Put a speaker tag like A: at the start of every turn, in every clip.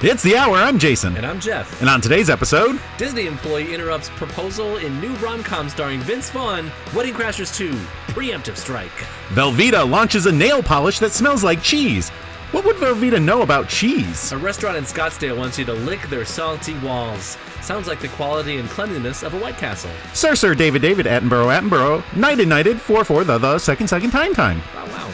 A: It's the hour. I'm Jason.
B: And I'm Jeff.
A: And on today's episode,
B: Disney employee interrupts proposal in new rom com starring Vince Vaughn, Wedding Crashers 2, Preemptive Strike.
A: Velveeta launches a nail polish that smells like cheese. What would Velveeta know about cheese?
B: A restaurant in Scottsdale wants you to lick their salty walls. Sounds like the quality and cleanliness of a White Castle.
A: Sir, Sir David David Attenborough Attenborough, knighted knighted, 4 4 the the second second time time.
B: Wow, wow.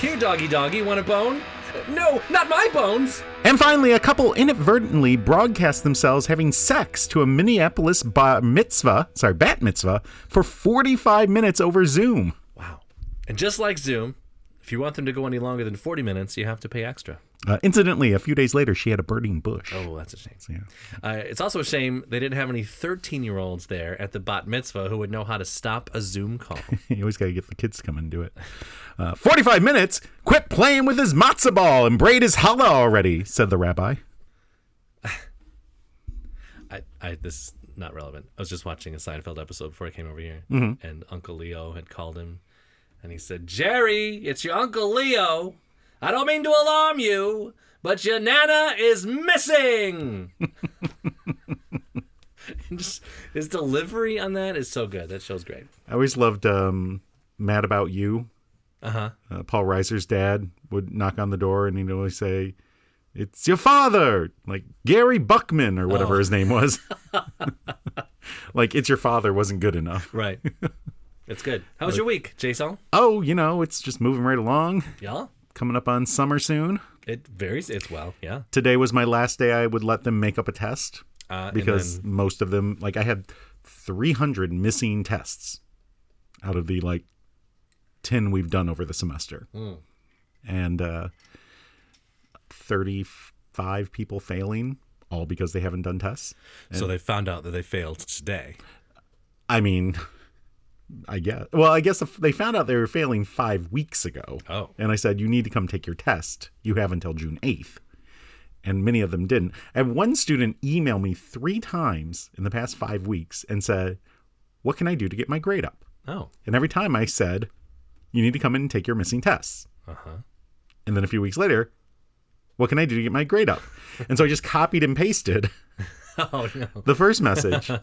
B: Here, doggy doggy, want a bone? No, not my bones!
A: And finally, a couple inadvertently broadcast themselves having sex to a Minneapolis bar mitzvah, sorry, bat mitzvah, for 45 minutes over Zoom.
B: Wow. And just like Zoom, if you want them to go any longer than 40 minutes, you have to pay extra.
A: Uh, incidentally, a few days later, she had a burning bush.
B: Oh, that's a shame. Uh, it's also a shame they didn't have any 13 year olds there at the bat mitzvah who would know how to stop a Zoom call.
A: You always got to get the kids to come and do it. Uh, 45 minutes? Quit playing with his matzo ball and braid his challah already, said the rabbi.
B: I, I this is not relevant. I was just watching a Seinfeld episode before I came over here, and Uncle Leo had called him, and he said, "Jerry, it's your Uncle Leo. I don't mean to alarm you, but your Nana is missing." And just his delivery on that is so good. That show's great.
A: I always loved um, Mad About You. Uh-huh. Paul Reiser's dad would knock on the door and he'd always say, It's your father! Like Gary Buckman or whatever his name was. like, It's your father wasn't good enough.
B: Right. It's good. How was your week, Jason?
A: Oh, you know, it's just moving right along.
B: Yeah.
A: Coming up on summer soon.
B: It varies. It's well. Yeah.
A: Today was my last day I would let them make up a test
B: Uh, and
A: because most of them, like, I had 300 missing tests out of the like 10 we've done over the semester. And uh, 35 people failing, all because they haven't done tests.
B: So they found out that they failed today.
A: I mean, I guess. Well, I guess if they found out they were failing five weeks ago.
B: Oh.
A: And I said, you need to come take your test. You have until June 8th. And many of them didn't. I had one student email me three times in the past five weeks and said, What can I do to get my grade up?
B: Oh.
A: And every time I said, You need to come in and take your missing tests. And then a few weeks later, What can I do to get my grade up? and so I just copied and pasted
B: Oh no.
A: the first message. and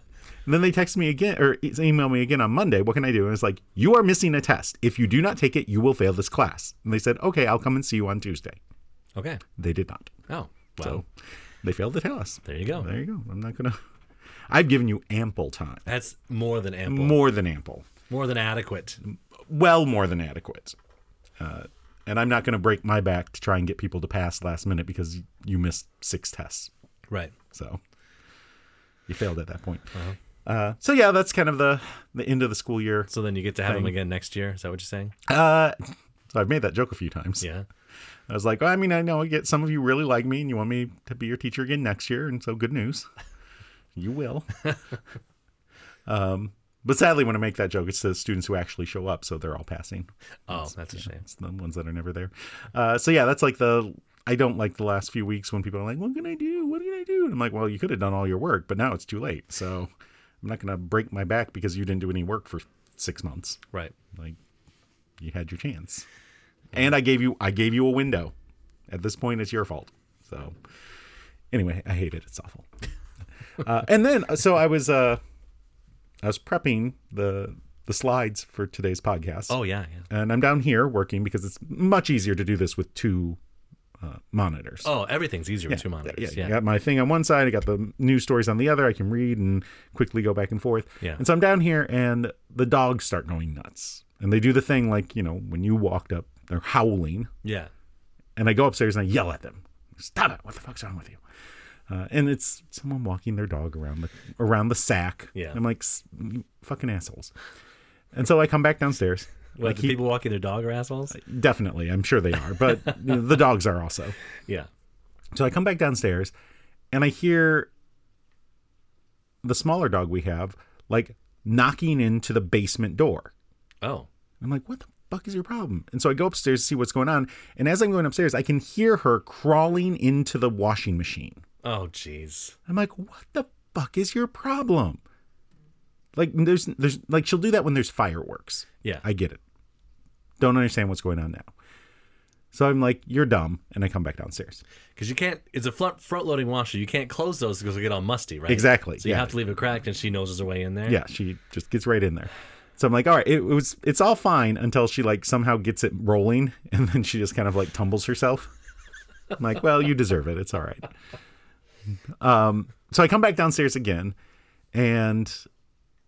A: then they text me again or e-, email me again on Monday. What can I do? And it's like, you are missing a test. If you do not take it, you will fail this class. And they said, okay, I'll come and see you on Tuesday.
B: Okay.
A: They did not.
B: Oh. Wow.
A: So they failed the test.
B: there you go.
A: There you go. I'm not going to. I've given you ample time,
B: That's more than ample.
A: more than ample,
B: More than adequate.
A: well, more than adequate. Uh, and I'm not going to break my back to try and get people to pass last minute because you missed six tests.
B: Right.
A: So you failed at that point.
B: Uh-huh.
A: Uh, so yeah, that's kind of the the end of the school year.
B: So then you get to have them again next year. Is that what you're saying?
A: Uh, so I've made that joke a few times.
B: Yeah.
A: I was like, well, I mean, I know I get some of you really like me and you want me to be your teacher again next year, and so good news, you will. um, but sadly, when I make that joke, it's the students who actually show up, so they're all passing.
B: Oh, that's a shame.
A: It's the ones that are never there. Uh, so yeah, that's like the I don't like the last few weeks when people are like, "What can I do? What can I do?" And I'm like, "Well, you could have done all your work, but now it's too late. So I'm not gonna break my back because you didn't do any work for six months.
B: Right.
A: Like you had your chance, and I gave you I gave you a window. At this point, it's your fault. So anyway, I hate it. It's awful. uh, and then so I was uh, I was prepping the the slides for today's podcast
B: Oh yeah. yeah.
A: and I'm down here working because it's much easier to do this with two uh, monitors.
B: Oh, everything's easier with two monitors.
A: I
B: Yeah.
A: got my thing on one side, I got the news stories on the other. I can read and quickly go back and forth.
B: Yeah.
A: And so I'm down here, and the dogs start going nuts, and they do the thing like you know when you walked up, they're howling,
B: Yeah.
A: and I go upstairs and I yell at them, "Stop it! What the fuck's wrong with you?" Uh, and it's someone walking their dog around the around the sack.
B: Yeah.
A: I'm like, "S- you fucking assholes. And so I come back downstairs.
B: What,
A: I
B: the
A: keep-
B: people walking their dog are assholes?
A: Definitely, I'm sure they are, but you know, the dogs are also.
B: Yeah.
A: So I come back downstairs and I hear the smaller dog we have like knocking into the basement door.
B: Oh.
A: I'm like, what the fuck is your problem? And so I go upstairs to see what's going on. And as I'm going upstairs, I can hear her crawling into the washing machine.
B: Oh, jeez.
A: I'm like, what the fuck is your problem? Like there's there's like she'll do that when there's fireworks.
B: Yeah.
A: I get it. Don't understand what's going on now. So I'm like, you're dumb. And I come back downstairs.
B: Because you can't, it's a front front loading washer. You can't close those because they get all musty, right?
A: Exactly,
B: So you
A: yeah.
B: have to leave it cracked and she noses her way in there.
A: Yeah, she just gets right in there. So I'm like, all right, it, was it's all fine until she like somehow gets it rolling and then she just kind of like tumbles herself. I'm like, well, you deserve it. It's all right. Um, so I come back downstairs again, and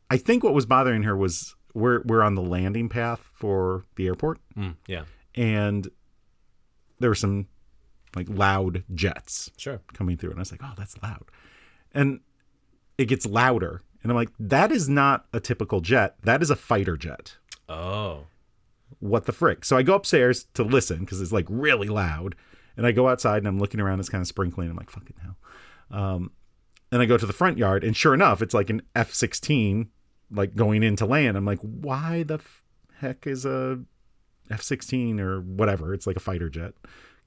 A: I think what was bothering her was we're we're on the landing path for the airport,
B: Mm, yeah.
A: and there were some like loud jets
B: Sure.
A: coming through and I was like, "Oh, that's loud." And it gets louder and I'm like, "That is not a typical jet. That is a fighter jet."
B: Oh.
A: What the frick? So I go upstairs to listen cuz it's like really loud and I go outside and I'm looking around it's kind of sprinkling. I'm like, "Fucking hell." Um and I go to the front yard and sure enough, it's like an F16 like going into land. I'm like, "Why the f- heck is a F16 or whatever? It's like a fighter jet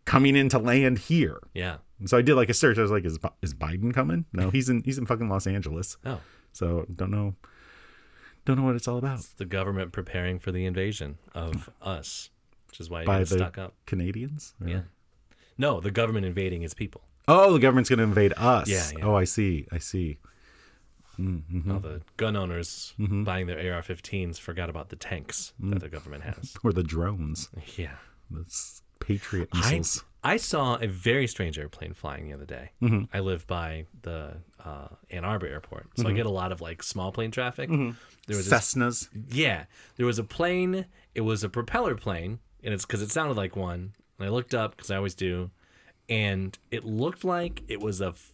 A: coming into land here."
B: Yeah.
A: And so I did like a search. I was like, "Is Bi- is Biden coming?" No, he's in he's in fucking Los Angeles.
B: Oh.
A: So don't know, don't know what it's all about.
B: It's the government preparing for the invasion of us, which is why you
A: By
B: gotta
A: the
B: stock up.
A: Canadians. Or-
B: Yeah. No, the government invading its people.
A: Oh, the government's gonna invade us.
B: Yeah, yeah.
A: Oh, I see. I see. Mm-hmm.
B: All the gun owners buying their AR 15s forgot about the tanks
A: Mm.
B: that the government has.
A: Or the drones,
B: yeah.
A: the s- Patriot
B: I,
A: missiles.
B: I saw a very strange airplane flying the other day.
A: Mm-hmm.
B: I live by the uh, Ann Arbor airport, so
A: Mm-hmm.
B: I get a lot of like small plane traffic. There was this,
A: Cessnas.
B: yeah, there was a plane. It was a propeller plane, and it's because it sounded like one. And I looked up because I always do, and it looked like it was a f-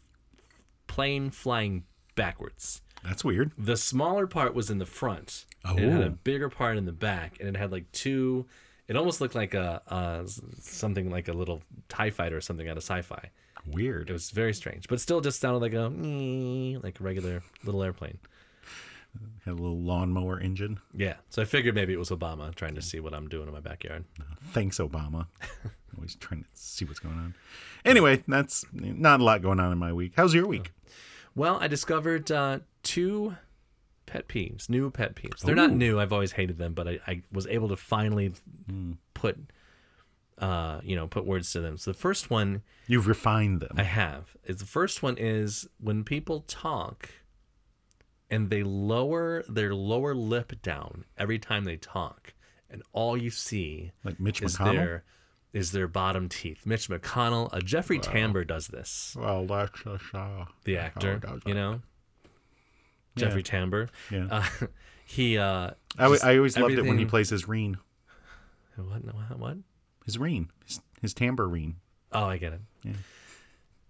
B: plane flying backwards.
A: That's weird.
B: The smaller part was in the front. and It had a
A: Oh.
B: bigger part in the back, and it had like two. It almost looked like a uh, s- something like a little Tie Fighter or something out of sci-fi. It
A: Weird.
B: was very strange, but still just sounded like a "Nee," like a regular little airplane.
A: Had a little lawnmower engine.
B: Yeah, so I figured maybe it was Obama trying to see what I'm doing in my backyard.
A: Thanks, Obama. Always trying to see what's going on. Anyway, that's not a lot going on in my week. How's your
B: Oh.
A: week?
B: Well, I discovered uh, two pet peeves, new pet peeves. They're not new. I've always hated them, but I, I was able to finally
A: Hmm.
B: put, uh, you know, put words to them. So the first one
A: You've refined them.
B: I have is the first one is when people talk, and they lower their lower lip down every time they talk, and all you see
A: like Mitch
B: is
A: McConnell.
B: their is their bottom teeth. Mitch McConnell, uh, Jeffrey Tambor does this
A: Well, that's a show.
B: the
A: That's
B: actor,
A: how it goes.
B: you know, Jeffrey Tambor.
A: Oh, Yeah.
B: Uh, he uh,
A: I, always- I always loved it when he
B: everything-
A: plays his reen.
B: what? no, What? What?
A: His reen. His, his tambourine.
B: Oh, I get it.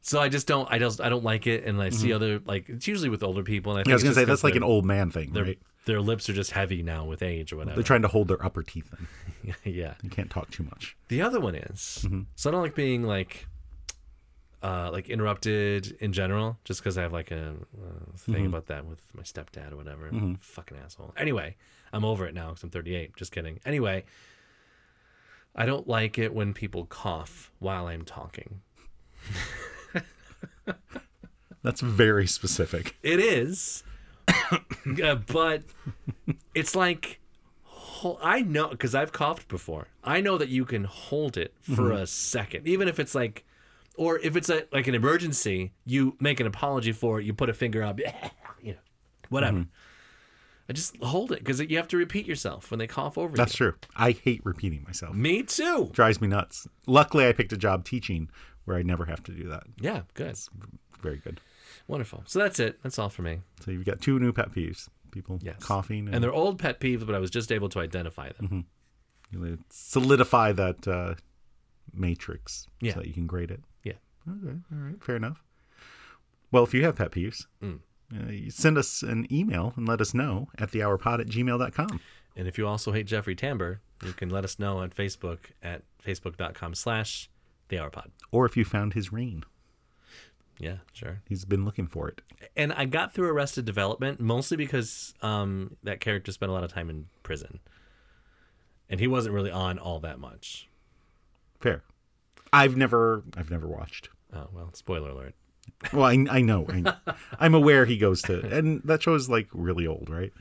B: So I just don't. I just. I don't like it, and I see other like it's usually with older people. And I, think
A: Mm-hmm. I was
B: it's
A: going to say,
B: just 'cause
A: that's like an
B: their-
A: old man thing,
B: their,
A: right?
B: Their lips are just heavy now with age or whatever.
A: They're trying to hold their upper teeth in.
B: yeah.
A: You can't talk too much.
B: The other one is so I don't like being like, uh, like interrupted in general, just because I have like a uh, thing about that with my stepdad or whatever. Fucking asshole. Anyway, I'm over it now because I'm 38. Just kidding. Anyway, I don't like it when people cough while I'm talking.
A: That's very specific.
B: It is, Uh, but it's like hol- I know because I've coughed before. I know that you can hold it for
A: Mm-hmm.
B: a second, even if it's like, or if it's a, like an emergency, you make an apology for it. You put a finger up, you know, whatever. I just hold it because you have to repeat yourself when they cough over
A: Mm-hmm. That's
B: you.
A: true. I hate repeating myself.
B: Me too.
A: drives me nuts. Luckily, I picked a job teaching where I never have to do that.
B: Yeah, good,
A: Very good.
B: wonderful. So that's it. That's all for me.
A: So you've got two new pet peeves people
B: Yes.
A: coughing Mm-hmm.
B: And they're old pet peeves, but I was just able to identify them.
A: you know, solidify that uh, matrix
B: Yeah.
A: so that you can grade it.
B: Yeah.
A: Okay. All right. Fair enough. Well, if you have pet peeves, uh, you send us an email and let us know at thehourpod at gmail.com.
B: And if you also hate Jeffrey Tambor, you can let us know on Facebook at facebook.com slash the hour pod.
A: Or if you found his ring,
B: Yeah, sure.
A: he's been looking for it.
B: And I got through Arrested Development mostly because um, that character spent a lot of time in prison. And he wasn't really on all that much.
A: Fair. I've never, I've never watched.
B: Oh, well, spoiler alert.
A: Well, I, I know. I, I'm aware he goes to, and that show is like really old, right?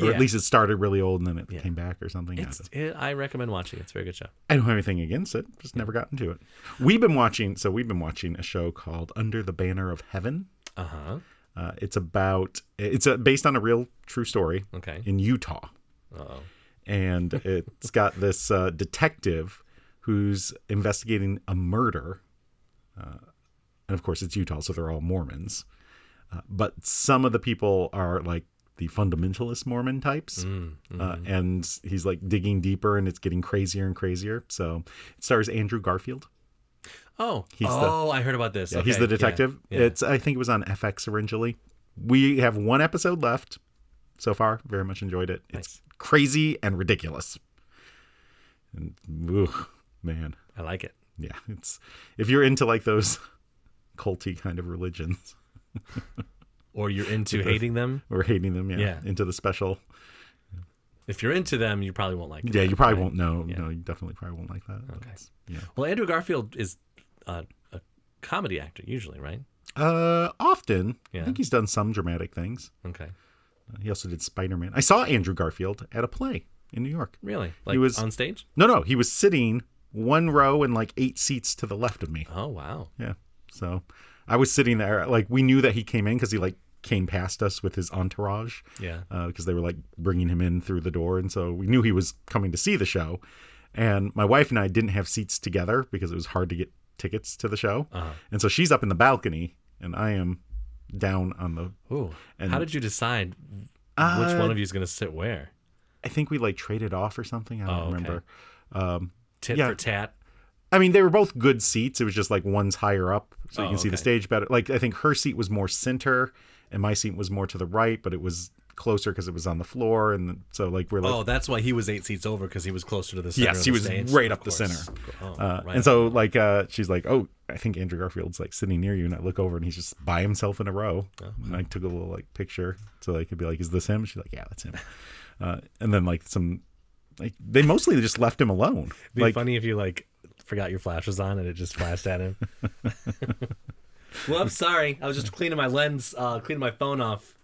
A: Or
B: Yeah.
A: at least it started really old and then it came back or something. I don't know.
B: It's, it, I recommend watching. it. It's a very good show.
A: I don't have anything against it. Just never gotten to it. We've been watching, so we've been watching a show called Under the Banner of Heaven.
B: Uh huh.
A: Uh, it's about it's uh based on a real true story
B: Okay.
A: in Utah,
B: Uh oh.
A: and it's got this uh, detective who's investigating a murder. Uh, and of course, it's Utah, so they're all Mormons. Uh, but some of the people are like the fundamentalist Mormon types. Uh, and he's like digging deeper and it's getting crazier and crazier. So it stars Andrew Garfield.
B: Oh.
A: He's the-
B: oh, I heard about this.
A: Yeah, he's
B: Okay,
A: the detective.
B: Yeah.
A: It's I think it was on FX originally. We have one episode left so far. Very much enjoyed it. It's crazy and ridiculous. And ooh, man,
B: I like it.
A: yeah, it's if you're into like those culty kind of religions
B: Or you're into hating them.
A: or hating them, yeah,
B: Yeah.
A: into the special,
B: If you're into them, you probably won't like it.
A: yeah, you probably won't know. No, you definitely probably won't like that. Okay. Yeah.
B: Well, Andrew Garfield is uh, a comedy actor usually, right?
A: Uh, often I
B: Yeah.
A: think he's done some dramatic things.
B: Okay.
A: Uh, He also did Spider Man. I saw Andrew Garfield at a play in New York.
B: Really? Like
A: was-
B: on stage?
A: No, no, he was sitting one row and like eight seats to the left of me.
B: Oh wow.
A: Yeah. So I was sitting there. Like we knew that he came in because he like came past us with his entourage
B: Yeah.
A: because they were like bringing him in through the door, and so we knew he was coming to see the show. And my wife and I didn't have seats together because it was hard to get tickets to the show,
B: Uh-huh.
A: and so she's up in the balcony and I am down on the.
B: Ooh.
A: And-
B: How did you decide which
A: Uh,
B: one of you is going to sit where?
A: I think we like traded off or something. I don't
B: Oh, okay.
A: remember.
B: Tit
A: yeah.
B: for tat.
A: I mean, they were both good seats. It was just like one's higher up, so you
B: Oh,
A: can see the
B: okay.
A: stage better. Like I think her seat was more center, and my seat was more to the right, but it was closer because it was on the floor, and so like we're like,
B: Oh, that's why he was eight seats over because he was closer to the center.
A: yes,
B: of
A: he
B: the
A: was
B: stage.
A: right
B: Of
A: up the
B: course.
A: center.
B: Oh,
A: Uh,
B: right.
A: And so like uh, she's like, oh, I think Andrew Garfield's like sitting near you, and I look over, and he's just by himself in a row.
B: Oh,
A: And I took a little like picture so they could be like, is this him? She's like, yeah, that's him. Uh, and then like some, like they mostly just left him alone.
B: It'd be
A: like
B: funny if you like forgot your flash was on and it just flashed at him. well, I'm sorry. I was just cleaning my lens, uh, cleaning my phone off.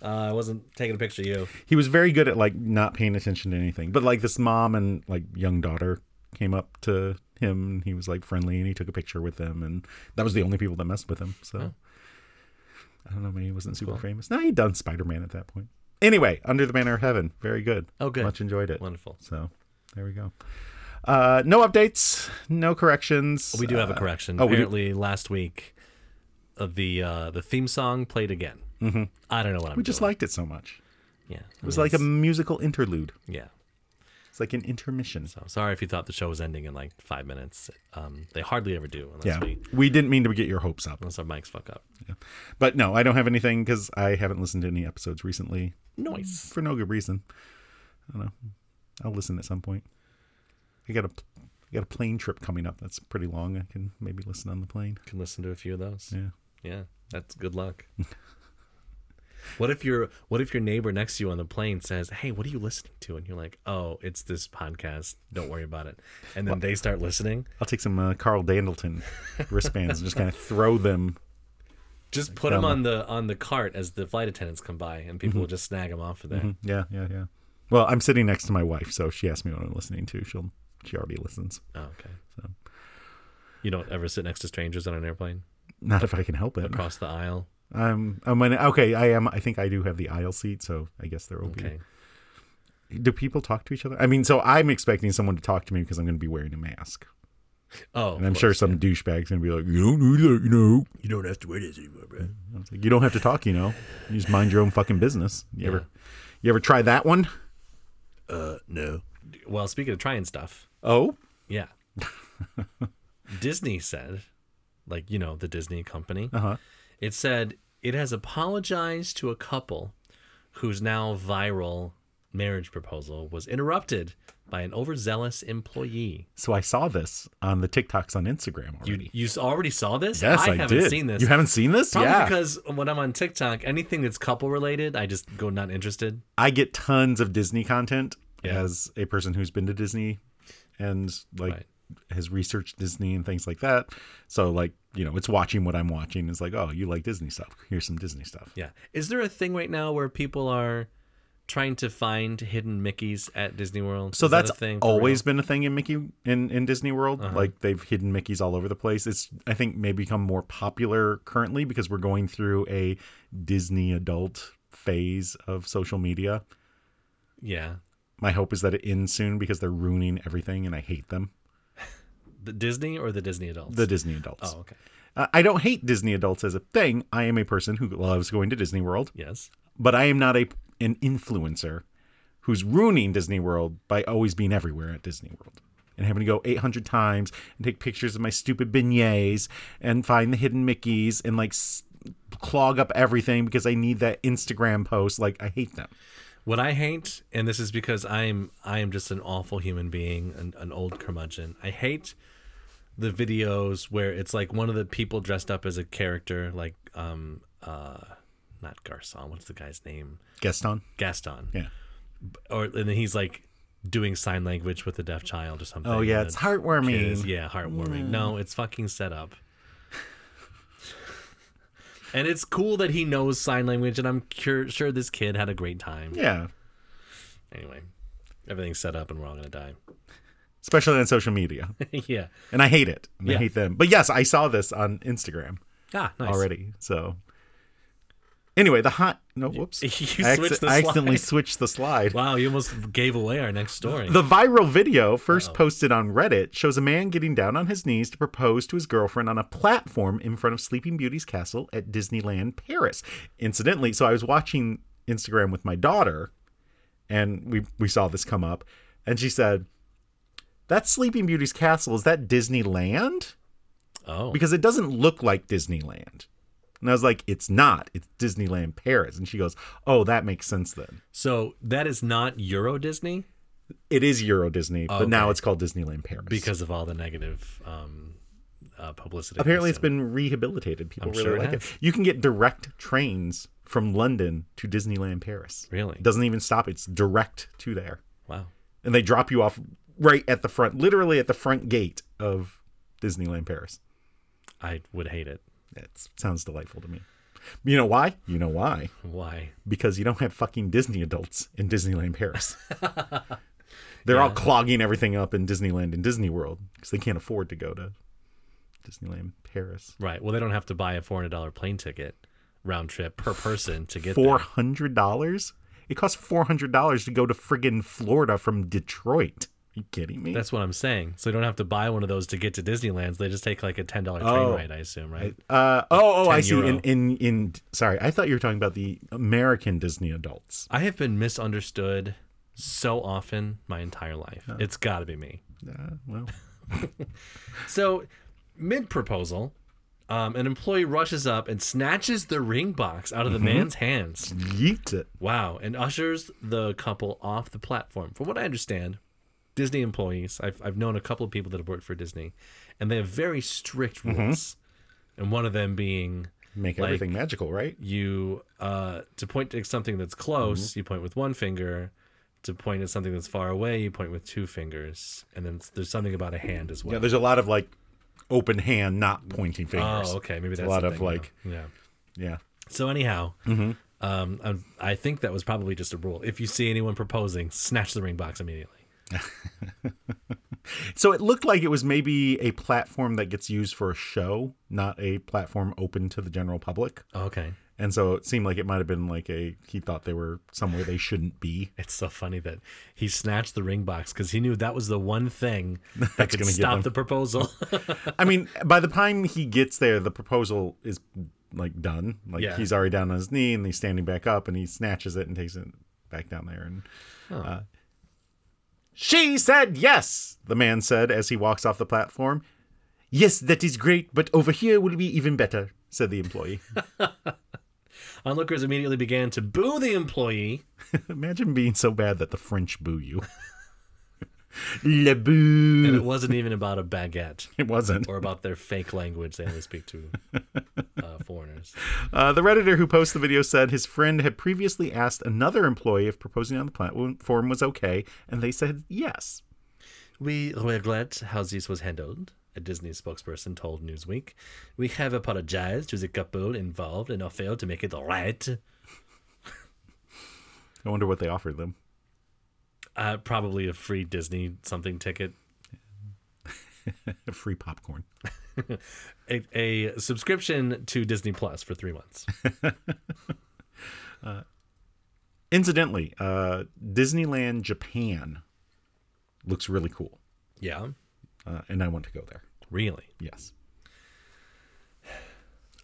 B: Uh, I wasn't taking a picture of you.
A: he was very good at like not paying attention to anything. But like this mom and like young daughter came up to him and he was like friendly and he took a picture with them and that was the only people that messed with him. So I don't know, maybe he wasn't super famous. No, he'd done Spider Man at that point. Anyway, Under the Banner of Heaven. Very good.
B: Oh, good.
A: Much enjoyed it.
B: Wonderful.
A: So there we go. Uh no updates, no corrections.
B: We do have a correction.
A: oh, we do-
B: Apparently, last week, uh, the uh, the theme song played again. Mm-hmm. I don't know what I'm.
A: we just liked it so much.
B: yeah.
A: It was like a musical interlude.
B: yeah.
A: It's like an intermission.
B: So sorry if you thought the show was ending in like five minutes. Um, they hardly ever do unless
A: Yeah.
B: we
A: We didn't mean to get your hopes up.
B: unless our mics fuck up.
A: But no, I don't have anything because I haven't listened to any episodes recently
B: Noise.
A: for no good reason. I don't know. I'll listen at some point. I got a, I got a plane trip coming up. That's pretty long. I can maybe listen on the plane.
B: Can listen to a few of those.
A: Yeah.
B: Yeah, that's good luck. what if your what if your neighbor next to you on the plane says, "Hey, what are you listening to?" and you're like, "Oh, it's this podcast. Don't worry about it." And then they start listening.
A: I'll take some uh, Carl Dandleton wristbands and just kind of throw them.
B: Just put them on the on the cart as the flight attendants come by, and people
A: Mm-hmm.
B: will just snag them off of there.
A: Hmm, Yeah, yeah, yeah. Well, I'm sitting next to my wife, so if she asked me what I'm listening to. She'll she already listens.
B: Oh, okay. You don't ever sit next to strangers on an airplane
A: Not if I can help it.
B: across the aisle.
A: Um, I'm an, okay. I am. I think I do have the aisle seat, so I guess there will be
B: Okay.
A: Do people talk to each other? I mean, so I'm expecting someone to talk to me because I'm going to be wearing a mask.
B: Oh,
A: And I'm sure some douchebag's going to be like, you don't do that, you know.
B: you don't have to wear this anymore, bro.
A: I was like, you don't have to talk, you know. You just mind your own fucking business. You ever you ever try that one?
B: Uh, no. Well, speaking of trying stuff,
A: Oh.
B: Yeah. Disney said, like, you know, the Disney company,
A: Uh-huh.
B: it said it has apologized to a couple whose now viral marriage proposal was interrupted by an overzealous employee.
A: So I saw this on the TikToks on Instagram already.
B: You, you already saw this?
A: yes, I,
B: haven't
A: did.
B: seen this.
A: You haven't seen this?
B: Probably
A: yeah.
B: because when I'm on TikTok, anything that's couple related, I just go not interested.
A: I get tons of Disney content
B: Yeah.
A: as a person who's been to Disney and like
B: Right.
A: has researched Disney and things like that. So like, you know, it's watching what I'm watching. It's like, oh, you like Disney stuff. Here's some Disney stuff.
B: Yeah. Is there a thing right now where people are trying to find hidden Mickeys at Disney World?
A: So
B: Is that
A: that's
B: a thing for
A: always
B: real? Uh-huh.
A: been a thing in Mickey in, in Disney World. Like they've hidden Mickey's all over the place. It's I think may become more popular currently because we're going through a Disney adult phase of social media.
B: yeah.
A: My hope is that it ends soon because they're ruining everything and I hate them.
B: The Disney or the Disney adults?
A: The Disney adults.
B: oh, okay.
A: Uh, I don't hate Disney adults as a thing. I am a person who loves going to Disney World,
B: Yes.
A: but I am not a an influencer who's ruining Disney World by always being everywhere at Disney World and having to go 800 times and take pictures of my stupid beignets and find the hidden Mickeys and like s- clog up everything because I need that Instagram post. Like I hate them.
B: What I hate, and this is because I'm I am just an awful human being, an, an old curmudgeon. I hate the videos where it's like one of the people dressed up as a character, like um uh not Garcon, what's the guy's name?
A: Gaston.
B: Gaston.
A: Yeah.
B: Or and then he's like doing sign language with a deaf child or something.
A: Oh yeah,
B: and
A: it's
B: the
A: heartwarming.
B: kid is- yeah, heartwarming. No, it's fucking set up. and it's cool that he knows sign language, and I'm cur- sure this kid had a great time
A: yeah.
B: anyway, everything's set up and we're all gonna die.
A: Especially on social media.
B: yeah.
A: and I hate it. And I
B: Yeah.
A: hate them. But yes, I saw this on Instagram.
B: Ah, nice.
A: already. So anyway, the hot no whoops.
B: you
A: I,
B: switched the
A: I accidentally
B: slide.
A: switched the slide.
B: Wow, you almost gave away our next story.
A: The viral video, 1st
B: Oh.
A: posted on Reddit, shows a man getting down on his knees to propose to his girlfriend on a platform in front of Sleeping Beauty's castle at Disneyland Paris. Incidentally, so I was watching Instagram with my daughter, and we we saw this come up, and she said, "That's Sleeping Beauty's castle. Is that Disneyland?"
B: oh,
A: because it doesn't look like Disneyland. And I was like, it's not. It's Disneyland Paris. And she goes, oh, that makes sense then.
B: so that is not Euro Disney
A: It is Euro Disney, but now
B: okay.
A: it's called Disneyland Paris.
B: because of all the negative um, uh, publicity.
A: apparently it's
B: So-
A: been rehabilitated. People
B: I'm
A: really
B: sure it
A: like it.
B: has.
A: You can get direct trains from London to Disneyland Paris.
B: Really?
A: It doesn't even stop. It's direct to there.
B: wow.
A: And they drop you off right at the front, literally at the front gate of Disneyland Paris.
B: I would hate it.
A: It sounds delightful to me. You know why? You know why?
B: Why?
A: because you don't have fucking Disney adults in Disneyland Paris. They're all clogging everything up in Disneyland and Disney World because they can't afford to go to Disneyland Paris.
B: Right. Well, they don't have to buy a four hundred dollar plane ticket round trip per person to get
A: Four
B: there.
A: hundred dollars? It costs four hundred dollars to go to friggin' Florida from Detroit. Are you kidding me?
B: That's what I'm saying. So they don't have to buy one of those to get to Disneyland. They just take like a ten dollar train
A: Oh.
B: ride, I assume, right?
A: uh, oh, oh, I
B: 10
A: see. In,
B: euro.
A: in in sorry, I thought you were talking about the American Disney adults.
B: I have been misunderstood so often my entire life. It's got to be me.
A: Uh, well,
B: So, mid proposal, um, an employee rushes up and snatches the ring box out of
A: Mm-hmm.
B: the man's hands.
A: yeet it.
B: Wow. And ushers the couple off the platform. From what I understand, Disney employees, I've, I've known a couple of people that have worked for Disney, and they have very strict
A: Mm-hmm.
B: rules. And one of them being
A: Make
B: Like-
A: everything magical, right?
B: you uh, to point to something that's close,
A: Mm-hmm.
B: you point with one finger. To point at something that's far away, you point with two fingers, and then there's something about a hand as well.
A: Yeah, there's a lot of like open hand, not pointing fingers.
B: oh, okay, maybe that's
A: a lot
B: the
A: of,
B: thing, yeah.
A: like- Mm-hmm.
B: yeah.
A: Yeah.
B: So anyhow, um, I'm- I think that was probably just a rule. If you see anyone proposing, snatch the ring box immediately.
A: So it looked like it was maybe a platform that gets used for a show, not a platform open to the general public.
B: Oh, Okay,
A: And so it seemed like it might have been like a he thought they were somewhere they shouldn't be.
B: it's so funny that he snatched the ring box because he knew that was the one thing that
A: That's
B: could
A: gonna get
B: stop
A: them.
B: the proposal.
A: I mean, by the time he gets there, the proposal is like done. Like
B: Yeah.
A: he's already down on his knee and he's standing back up and he snatches it and takes it back down there and uh, she said yes, the man said as he walks off the platform. Yes, that is great, but over here will be even better, said the employee.
B: Onlookers immediately began to boo the employee.
A: Imagine being so bad that the French boo you. Le
B: And it
A: boo.
B: wasn't even about a baguette
A: It wasn't.
B: or about their fake language they only speak to uh, foreigners.
A: Uh, the Redditor who posted the video said his friend had previously asked another employee if proposing on the platform was okay, and they said yes.
B: We regret how this was handled, a Disney spokesperson told Newsweek. We have apologized to the couple involved and are failed to make it right.
A: I wonder what they offered them.
B: Uh, probably a free Disney something ticket,
A: Free popcorn.
B: a, a subscription to Disney Plus for three months.
A: Incidentally, uh, Disneyland Japan looks really cool,
B: Yeah,
A: uh, and I want to go there.
B: really.
A: Yes.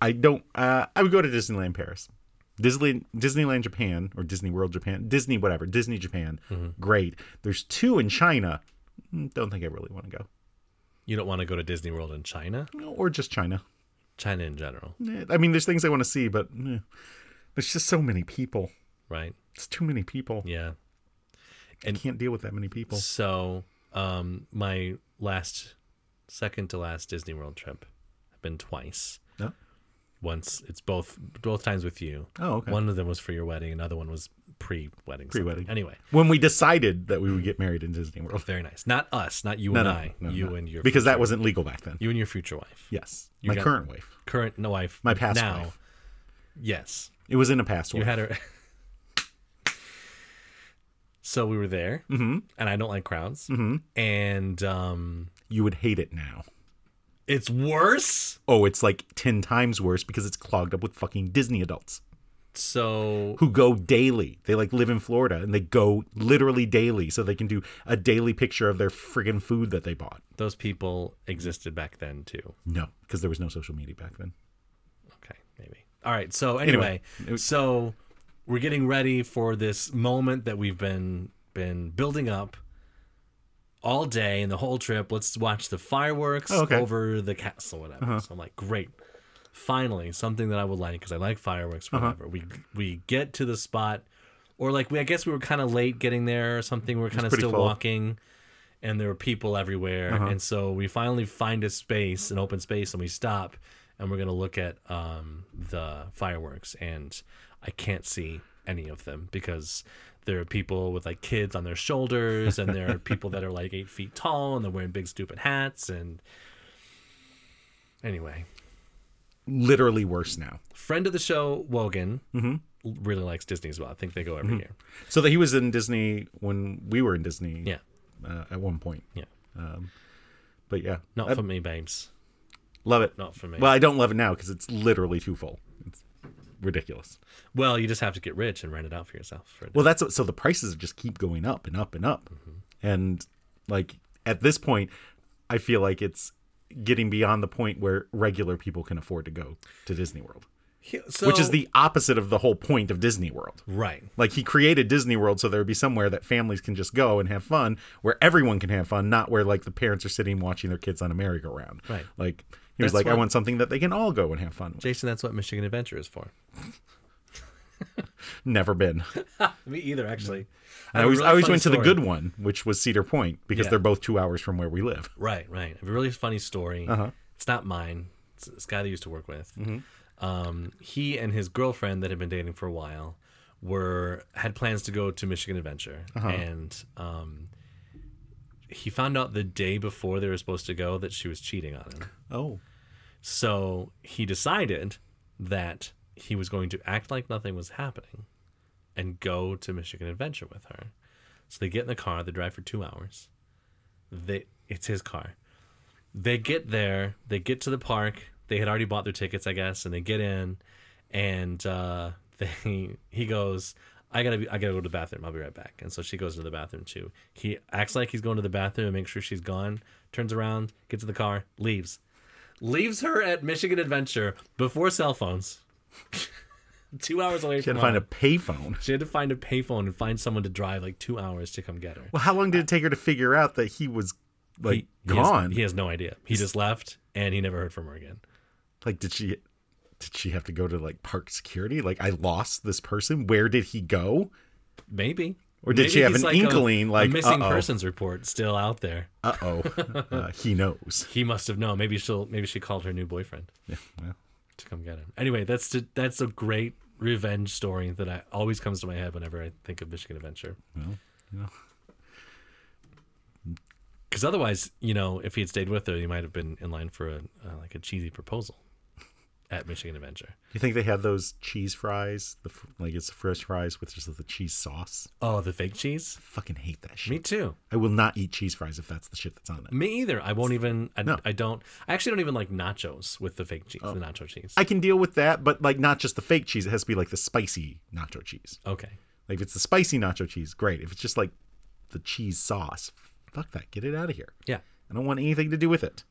A: I don't. Uh, I would go to Disneyland Paris, Disney Disneyland Japan or Disney World Japan, Disney whatever, Disney Japan.
B: Mm-hmm.
A: Great. There's two in China. Mm, Don't think I really want to go,
B: You don't want to go to Disney World in China?
A: No, or just China.
B: China in general,
A: Eh, I mean, there's things I want to see, but eh, there's just so many people.
B: right?
A: It's too many people.
B: Yeah.
A: I can't deal with that many people.
B: So, um, my last, second to last Disney World trip, I've been twice.
A: No?
B: Once it's both both times with you.
A: Oh, okay.
B: One of them was for your wedding. Another one was pre-wedding. something.
A: Pre-wedding.
B: Anyway,
A: When we decided that we would get married in Disney World,
B: very nice. Not us. Not you
A: no,
B: and
A: no,
B: I.
A: no,
B: you
A: no.
B: and your
A: because
B: future,
A: that wasn't legal back then.
B: you and your future wife.
A: Yes, my
B: got-
A: current wife,
B: Current no wife.
A: my past
B: now.
A: wife.
B: Yes.
A: It was in a past
B: You
A: wife.
B: had her. so we were there, mm-hmm. and I don't like crowds, mm-hmm. and um,
A: you would hate it now.
B: it's worse.
A: Oh, it's like 10 times worse because it's clogged up with fucking Disney adults
B: So
A: who go daily. They like live in Florida and they go literally daily so they can do a daily picture of their friggin' food that they bought.
B: those people existed back then too.
A: No, because there was no social media back then.
B: Okay, maybe. All right. So anyway,
A: Anyway, it-
B: so we're getting ready for this moment that we've been been building up all day and the whole trip. Let's watch the fireworks
A: Oh, okay.
B: over the castle, whatever. So I'm like, great. Finally, something that I would like because I like fireworks.
A: Uh-huh.
B: Whatever. We we get to the spot, or like we I guess we were kind of late getting there or something. We were kind of
A: pretty
B: still
A: full. Uh-huh.
B: walking. and there were people everywhere. And so we finally find a space, an open space, and we stop and we're gonna look at um, the fireworks. And I can't see any of them because there are people with like kids on their shoulders, and there are people that are like eight feet tall, and they're wearing big stupid hats. And anyway,
A: Literally worse now.
B: friend of the show Wogan
A: Mm-hmm.
B: really likes Disney as well. I think they go every year.
A: So that he was in Disney when we were in Disney
B: Yeah,
A: uh, at one point.
B: yeah.
A: But yeah,
B: Not
A: I
B: for me, babes.
A: love it.
B: Not for me.
A: Uh, Well, I don't love it now because it's literally too full. It's ridiculous.
B: Well, you just have to get rich and rent it out for yourself. For a
A: Well, that's what, so the prices just keep going up and up and up.
B: Mm-hmm.
A: And like at this point, I feel like it's getting beyond the point where regular people can afford to go to Disney World,
B: day. So-
A: which is the opposite of the whole point of Disney World.
B: right.
A: Like he created Disney World so there would be somewhere that families can just go and have fun, where everyone can have fun, not where like the parents are sitting watching their kids on a merry-go-round.
B: Right.
A: Like he was
B: That's
A: like, I
B: what-
A: want something that they can all go and have fun with.
B: Jason, that's what Michigan Adventure is for.
A: Never been.
B: Me either, actually.
A: I always, I always went to the good one, which was Cedar Point, because
B: Yeah.
A: they're both two hours from where we live.
B: Right, right. I have a really funny story. Uh-huh. It's not mine. It's this guy that I used to work with. Um, he and his girlfriend that had been dating for a while were had plans to go to Michigan Adventure, and um, he found out the day before they were supposed to go that she was cheating on him.
A: Oh.
B: So he decided that he was going to act like nothing was happening and go to Michigan Adventure with her. So they get in the car, they drive for two hours. They it's his car. They get there, they get to the park, they had already bought their tickets, I guess, and they get in and uh they he goes, I gotta be I gotta go to the bathroom, I'll be right back. And so she goes to the bathroom too. He acts like he's going to the bathroom and makes sure she's gone, turns around, gets in the car, leaves leaves her at Michigan Adventure before cell phones. Two hours away
A: Had
B: from
A: to find a
B: home.
A: payphone.
B: She had to find a payphone and find someone to drive like two hours to come get her.
A: Well, how long did it take her to figure out that he was like
B: He- he has-
A: gone?
B: He has, no idea. He just left and he never heard from her again.
A: Like, did she did she have to go to like park security? Like, I lost this person. Where did he go?
B: Maybe.
A: Or did
B: Maybe
A: she have
B: he's
A: an
B: a-
A: inkling,
B: a,
A: like,
B: missing
A: "Uh-oh."
B: persons report still out there?
A: Uh-oh. uh, he knows.
B: He must have known. Maybe she'll. Maybe she called her new boyfriend
A: Yeah, well,
B: to come get him. Anyway, that's to, that's a great revenge story that I, always comes to my head whenever I think of Michigan Adventure. Because otherwise, you know, if he had stayed with her, he might have been in line for a uh, like a cheesy proposal at Michigan Adventure.
A: You think they have those cheese fries? The fr- like it's French fries with just the cheese sauce.
B: Oh, the fake cheese.
A: Fucking hate that shit.
B: Me too.
A: I will not eat cheese fries if that's the shit that's on it.
B: Me either. I won't even. I,
A: No. Oh.
B: I don't. I actually don't even like nachos with the fake cheese, the nacho cheese.
A: I can deal with that, but like not just the fake cheese. It has to be like the spicy nacho cheese.
B: okay.
A: Like if it's the spicy nacho cheese, great. If it's just like the cheese sauce, fuck that. Get it out of here.
B: Yeah.
A: I don't want anything to do with it.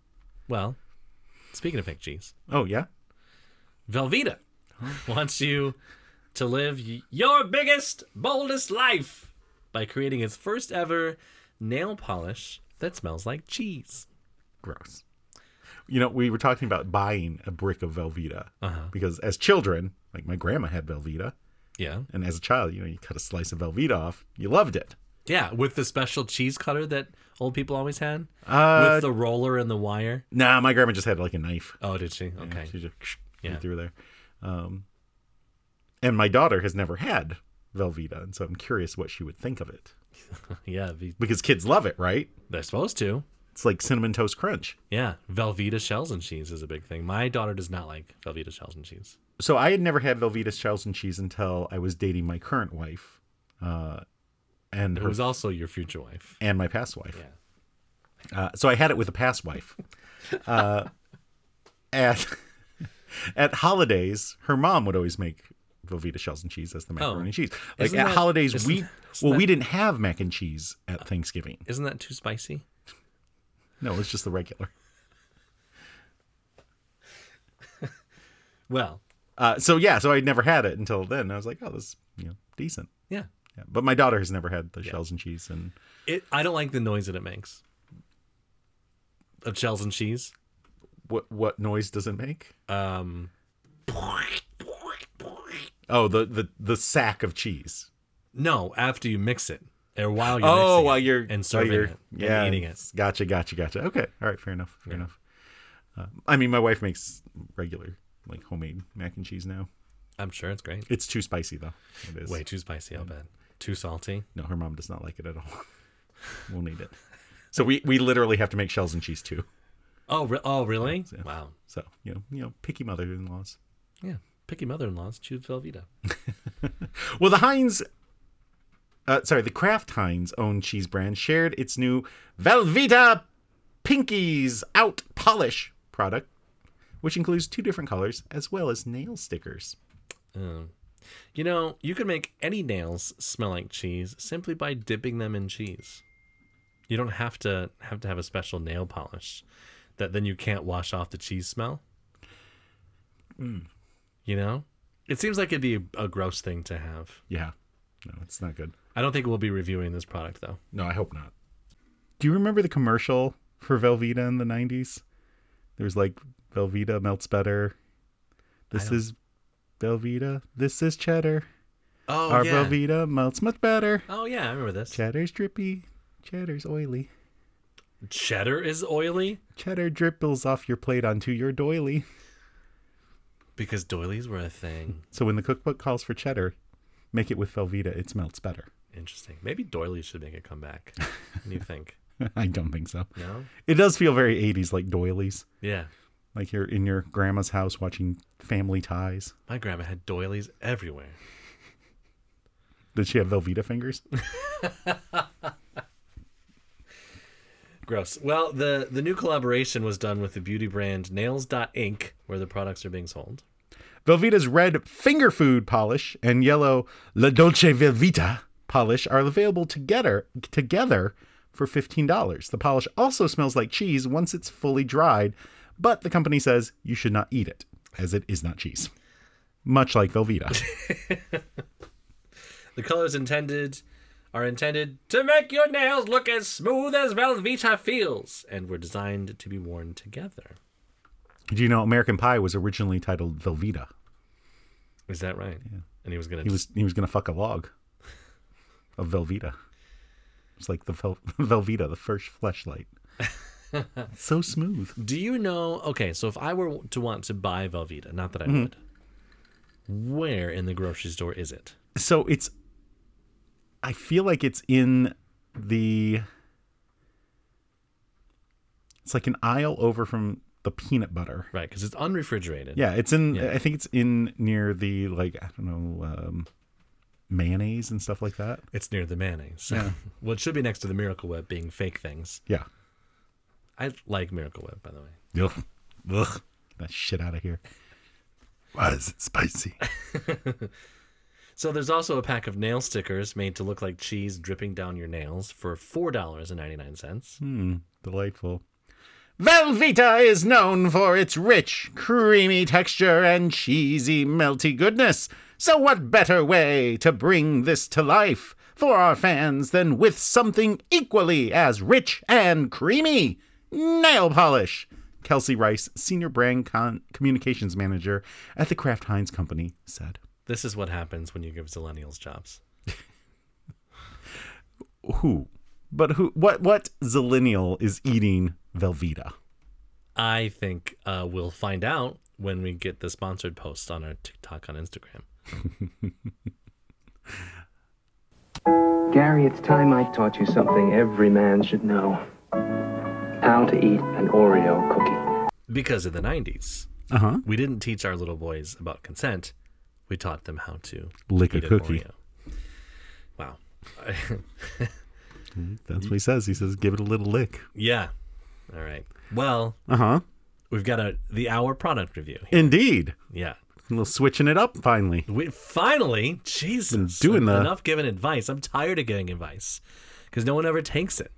B: Well, speaking of fake cheese,
A: Oh yeah.
B: Velveeta wants you to live y- your biggest, boldest life by creating his first ever nail polish that smells like cheese.
A: gross. You know, we were talking about buying a brick of Velveeta
B: Uh-huh.
A: because as children, like my grandma had Velveeta,
B: Yeah.
A: and as a child, you know, you cut a slice of Velveeta off, you loved it.
B: Yeah, with the special cheese cutter that old people always had,
A: Uh,
B: with the roller and the wire.
A: Nah, my grandma just had like a knife.
B: Oh, did she? Okay.
A: She just right
B: Yeah.
A: through there. Um, and my daughter has never had Velveeta, and so I'm curious what she would think of it
B: Yeah, the-
A: because kids love it, right?
B: they're supposed to.
A: It's like cinnamon toast crunch.
B: Yeah, Velveeta shells and cheese is a big thing. My daughter does not like Velveeta shells and cheese.
A: so I had never had Velveeta shells and cheese until I was dating my current wife, uh, and her
B: Who's also your future wife?
A: and my past wife.
B: Yeah.
A: Uh, so I had it with a past wife. Uh, at at holidays, her mom would always make Velveeta shells and cheese as the macaroni and cheese. Like
B: Oh. Isn't
A: at
B: that-
A: holidays,
B: isn't-
A: we
B: isn't
A: well we didn't have mac and cheese at Thanksgiving.
B: Isn't that too spicy?
A: No, it's just the regular.
B: Well,
A: Uh, so yeah, so I'd never had it until then. I was like, oh, this is, you know decent.
B: yeah.
A: Yeah. But my daughter has never had the shells and cheese, and
B: It. I don't like the noise that it makes. Of shells and cheese.
A: what what noise does it make?
B: Um,
A: Oh, the the the sack of cheese.
B: no, after you mix it or while you're
A: oh,
B: mixing
A: while
B: it
A: you're
B: and
A: while
B: serving
A: you're,
B: it and
A: yeah,
B: eating it.
A: Gotcha, gotcha, gotcha. Okay, all right, fair enough, fair enough. Uh, I mean, my wife makes regular, like homemade mac and cheese now.
B: I'm sure it's great.
A: It's too spicy though. It is.
B: Way too spicy, I'll bet. Too salty.
A: no, her mom does not like it at all. we'll need it. So we we literally have to make shells and cheese too.
B: Oh, re- oh, really? Wow.
A: So you know, you know, picky mother-in-laws.
B: Yeah. Picky mother-in-laws choose Velveeta.
A: Well, the Heinz, uh, sorry, the Kraft Heinz owned cheese brand shared its new Velveeta Pinkies Out Polish product, which includes two different colors as well as nail stickers.
B: Um, you know, you can make any nails smell like cheese simply by dipping them in cheese. You don't have to have to have a special nail polish that then you can't wash off the cheese smell. You know, it seems like it'd be a, a gross thing to have.
A: Yeah, no, it's not good.
B: I don't think we'll be reviewing this product though.
A: No, I hope not. Do you remember the commercial for Velveeta in the 90s? There was like, Velveeta melts better. This
B: don't-
A: is Velveeta. This is cheddar.
B: Oh
A: Our Velveeta melts much better.
B: Oh yeah, I remember this.
A: Cheddar's drippy. Cheddar's oily.
B: Cheddar is oily
A: Cheddar dribbles off your plate onto your doily.
B: because doilies were a thing.
A: So when the cookbook calls for cheddar, make it with Velveeta. It melts better.
B: Interesting. Maybe doilies should make a comeback. What do you think?
A: I don't think so.
B: No.
A: It does feel very 80s, like doilies.
B: Yeah.
A: Like you're in your grandma's house watching Family Ties.
B: My grandma had doilies everywhere.
A: Did she have Velveeta fingers?
B: Gross. Well, the the new collaboration was done with the beauty brand Nails.inc, where the products are being sold.
A: Velveeta's red finger food polish and yellow La Dolce Velveeta polish are available together together for $15. The polish also smells like cheese once it's fully dried, but the company says you should not eat it as it is not cheese. Much like Velveeta.
B: The colors intended are intended to make your nails look as smooth as Velveeta feels, and were designed to be worn together.
A: Do you know American Pie was originally titled Velveeta?
B: Is that right? Yeah. And he was gonna.
A: He was he was going to fuck a log of Velveeta. It's like the Vel- Velveeta, the first fleshlight. so smooth.
B: Do you know? Okay, so if I were to want to buy Velveeta, not that I
A: Mm-hmm.
B: would, where in the grocery store is it?
A: so it's i feel like it's in the It's like an aisle over from the peanut butter.
B: Right, because it's unrefrigerated.
A: Yeah, it's in.
B: Yeah.
A: I think it's in near the like I don't know um, mayonnaise and stuff like that.
B: It's near the mayonnaise. Yeah. well, it should be next to the Miracle Whip being fake things.
A: Yeah.
B: I like Miracle Whip, by the way.
A: Ugh. Ugh. Get that shit out of here. Why is it spicy?
B: So there's also a pack of nail stickers made to look like cheese dripping down your nails for $4.99.
A: Hmm. Delightful. Velveeta is known for its rich, creamy texture and cheesy, melty goodness. So, what better way to bring this to life for our fans than with something equally as rich and creamy? Nail polish. Kelsey Rice, Senior Brand Con- Communications Manager at the Kraft Heinz Company, said.
B: This is what happens when you give Zillennials jobs.
A: Who? But who? What? What? Zillennial is eating Velveeta.
B: I think uh, we'll find out when we get the sponsored post on our TikTok on Instagram.
C: Gary, it's time I taught you something every man should know. How to eat an Oreo cookie.
B: Because in the 90s,
A: Uh huh.
B: we didn't teach our little boys about consent. We taught them how to
A: Lick a
B: eat an
A: cookie.
B: Oreo. Wow.
A: That's what he says. He says, "Give it a little lick."
B: yeah. All right. Well,
A: Uh huh.
B: we've got a the hour product review.
A: Indeed.
B: Yeah.
A: A little switching it up finally.
B: We finally, Jesus,
A: doing that.
B: enough giving advice. I'm tired of giving advice because no one ever takes it.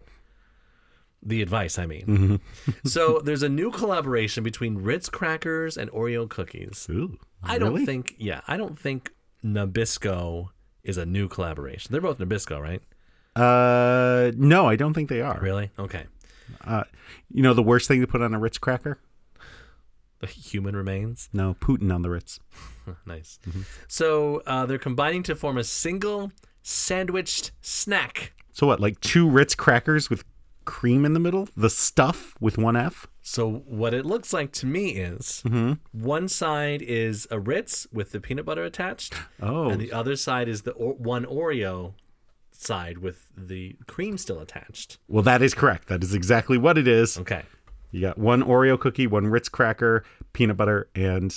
B: The advice, I mean.
A: Mm-hmm.
B: so there's a new collaboration between Ritz crackers and Oreo cookies.
A: Ooh.
B: I don't
A: really?
B: think, yeah, I don't think Nabisco is a new collaboration. They're both Nabisco, right?
A: Uh, no, I don't think they are.
B: Really? Okay.
A: Uh, you know the worst thing to put on a Ritz cracker?
B: The human remains.
A: No, Putin on the Ritz.
B: nice.
A: Mm-hmm.
B: So uh, they're combining to form a single sandwiched snack.
A: So what? Like two Ritz crackers with cream in the middle? The stuff with one F?
B: So what it looks like to me is
A: Mm-hmm.
B: one side is a Ritz with the peanut butter attached,
A: Oh,
B: and the other side is the or- one Oreo side with the cream still attached.
A: well, that is correct. That is exactly what it is.
B: Okay.
A: You got one Oreo cookie, one Ritz cracker, peanut butter, and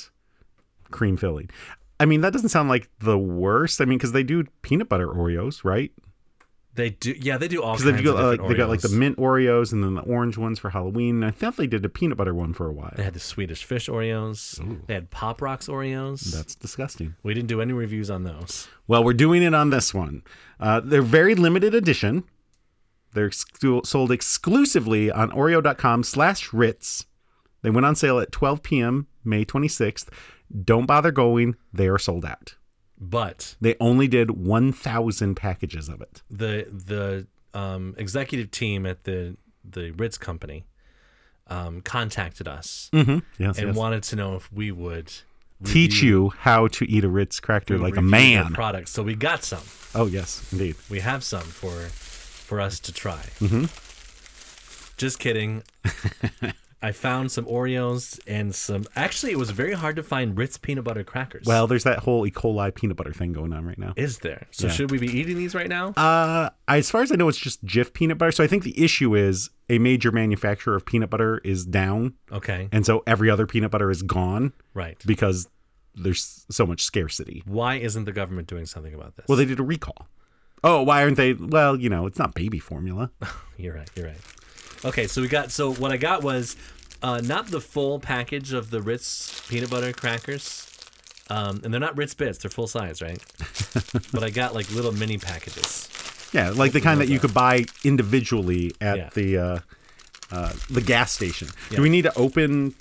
A: cream filling. I mean, that doesn't sound like the worst. I mean, because they do peanut butter Oreos, right?
B: They do, yeah, they do all
A: Because
B: kinds
A: they've
B: of
A: got uh,
B: different
A: like, they got like the
B: Oreos.
A: mint Oreos and then the orange ones for Halloween. And I thought they did a peanut butter one for a while.
B: They had the Swedish fish Oreos. They had Pop Rocks Oreos.
A: That's disgusting.
B: we didn't do any reviews on those.
A: Well, we're doing it on this one. Uh, they're very limited edition. They're excu- sold exclusively on Oreo.com slash Ritz. They went on sale at 12 p.m. May 26th. Don't bother going. They are sold out.
B: But
A: They only did 1,000 packages of it.
B: the the um, executive team at the the Ritz company um, contacted us
A: Mm-hmm. Yes,
B: and
A: yes.
B: wanted to know if we would
A: Teach you how to eat a Ritz cracker like a
B: review their
A: man.
B: product. So we got some.
A: Oh, yes, indeed.
B: We have some for for us to try.
A: Mm-hmm.
B: Just kidding. I found some Oreos and some. Actually, it was very hard to find Ritz peanut butter crackers.
A: Well, there's that whole E. coli peanut butter thing going on right now.
B: is there? So
A: Yeah.
B: should we be eating these right now?
A: Uh, as far as I know, it's just Jif peanut butter. So I think the issue is a major manufacturer of peanut butter is down,
B: okay.
A: and so every other peanut butter is gone
B: Right.
A: because there's so much scarcity.
B: Why isn't the government doing something about this?
A: Well, they did a recall. Oh, why aren't they? Well, you know, it's not baby formula.
B: You're right. You're right. Okay, so we got so what I got was uh, not the full package of the Ritz peanut butter crackers, um, and they're not Ritz bits; they're full size, right? but I got like little mini packages.
A: Yeah, like the kind that you could buy individually at
B: Yeah.
A: the uh, uh, the gas station.
B: Yeah.
A: Do we need to open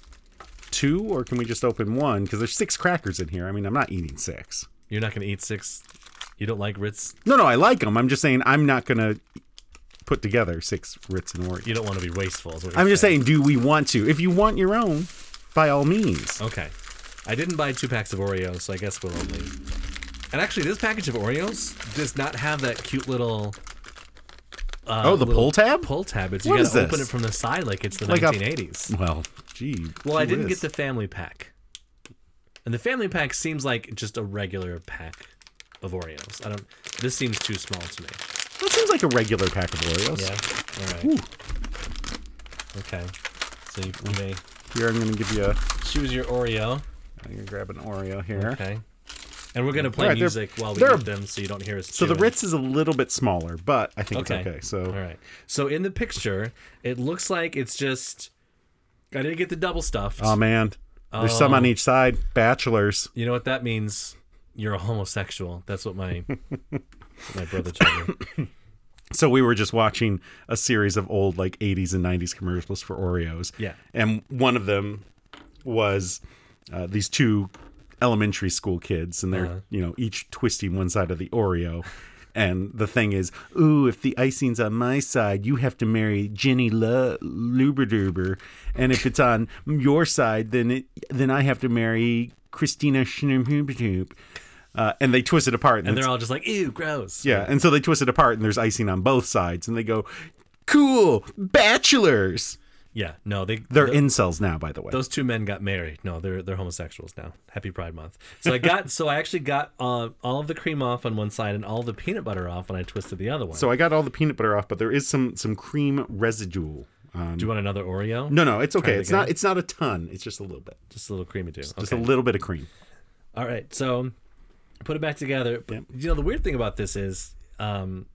A: two, or can we just open one? Because there's six crackers in here. I mean, I'm not eating six.
B: You're not gonna eat six. You don't like Ritz.
A: No, no, I like them. I'm just saying I'm not gonna put together six Ritz and Oreos.
B: You don't want to be wasteful. Is what you're
A: I'm just saying, do we want to? If you want your own, by all means.
B: Okay, I didn't buy two packs of Oreos, so I guess we'll only. And actually, this package of Oreos does not have that cute little uh,
A: oh, the
B: little
A: pull tab.
B: pull tab. It's you
A: What
B: gotta
A: is this?
B: open it from the side like it's the
A: Like a-
B: 1980s.
A: Well, gee.
B: Well, I
A: gee
B: didn't
A: whiz.
B: get the family pack. And the family pack seems like just a regular pack of Oreos. I don't. This seems too small to me.
A: That seems like a regular pack of Oreos.
B: Yeah. All right.
A: Ooh.
B: Okay. So you, you may
A: Here, I'm going to give you a.
B: choose your Oreo.
A: I'm going to grab an Oreo here.
B: Okay. And we're gonna play
A: Alright, they're-
B: music while we
A: they're-
B: eat them, so you don't hear us.
A: So the
B: chewing.
A: Ritz is a little bit smaller, but I think it's okay. So
B: all right. So in the picture, it looks like it's just. I didn't get the double stuffed.
A: Oh man, there's some
B: Um,
A: on each side. Bachelors.
B: you know what that means? You're a homosexual. That's what my my brother told me.
A: So we were just watching a series of old like 80s and 90s commercials for Oreos.
B: Yeah.
A: and one of them was uh, these two elementary school kids, and they're
B: Uh-huh.
A: you know each twisting one side of the Oreo. And the thing is, ooh, if the icing's on my side, you have to marry Jenny Lu- Luberduber, and if it's on your side, then it, then I have to marry Christina Schnubertube. Uh, and they twist it apart,
B: And
A: it's-
B: they're all just like, "Ew, gross."
A: yeah, and so they twist it apart, and there's icing on both sides, and they go, "Cool, bachelors."
B: Yeah. No, they
A: They're
B: th-
A: incels now, by the way.
B: Those two men got married. No, they're they're homosexuals now. Happy Pride Month. So I got so I actually got uh, all of the cream off on one side and all the peanut butter off when I twisted the other one.
A: so I got all the peanut butter off, but there is some some cream residue. Um,
B: do you want another Oreo?
A: no, no, it's okay.
B: it
A: It's not
B: again?
A: it's not a ton. It's just a little bit,
B: Just a little creamy too.
A: just a little bit of cream.
B: All right, so put it back together. But
A: Yep.
B: you know, the weird thing about this is, um,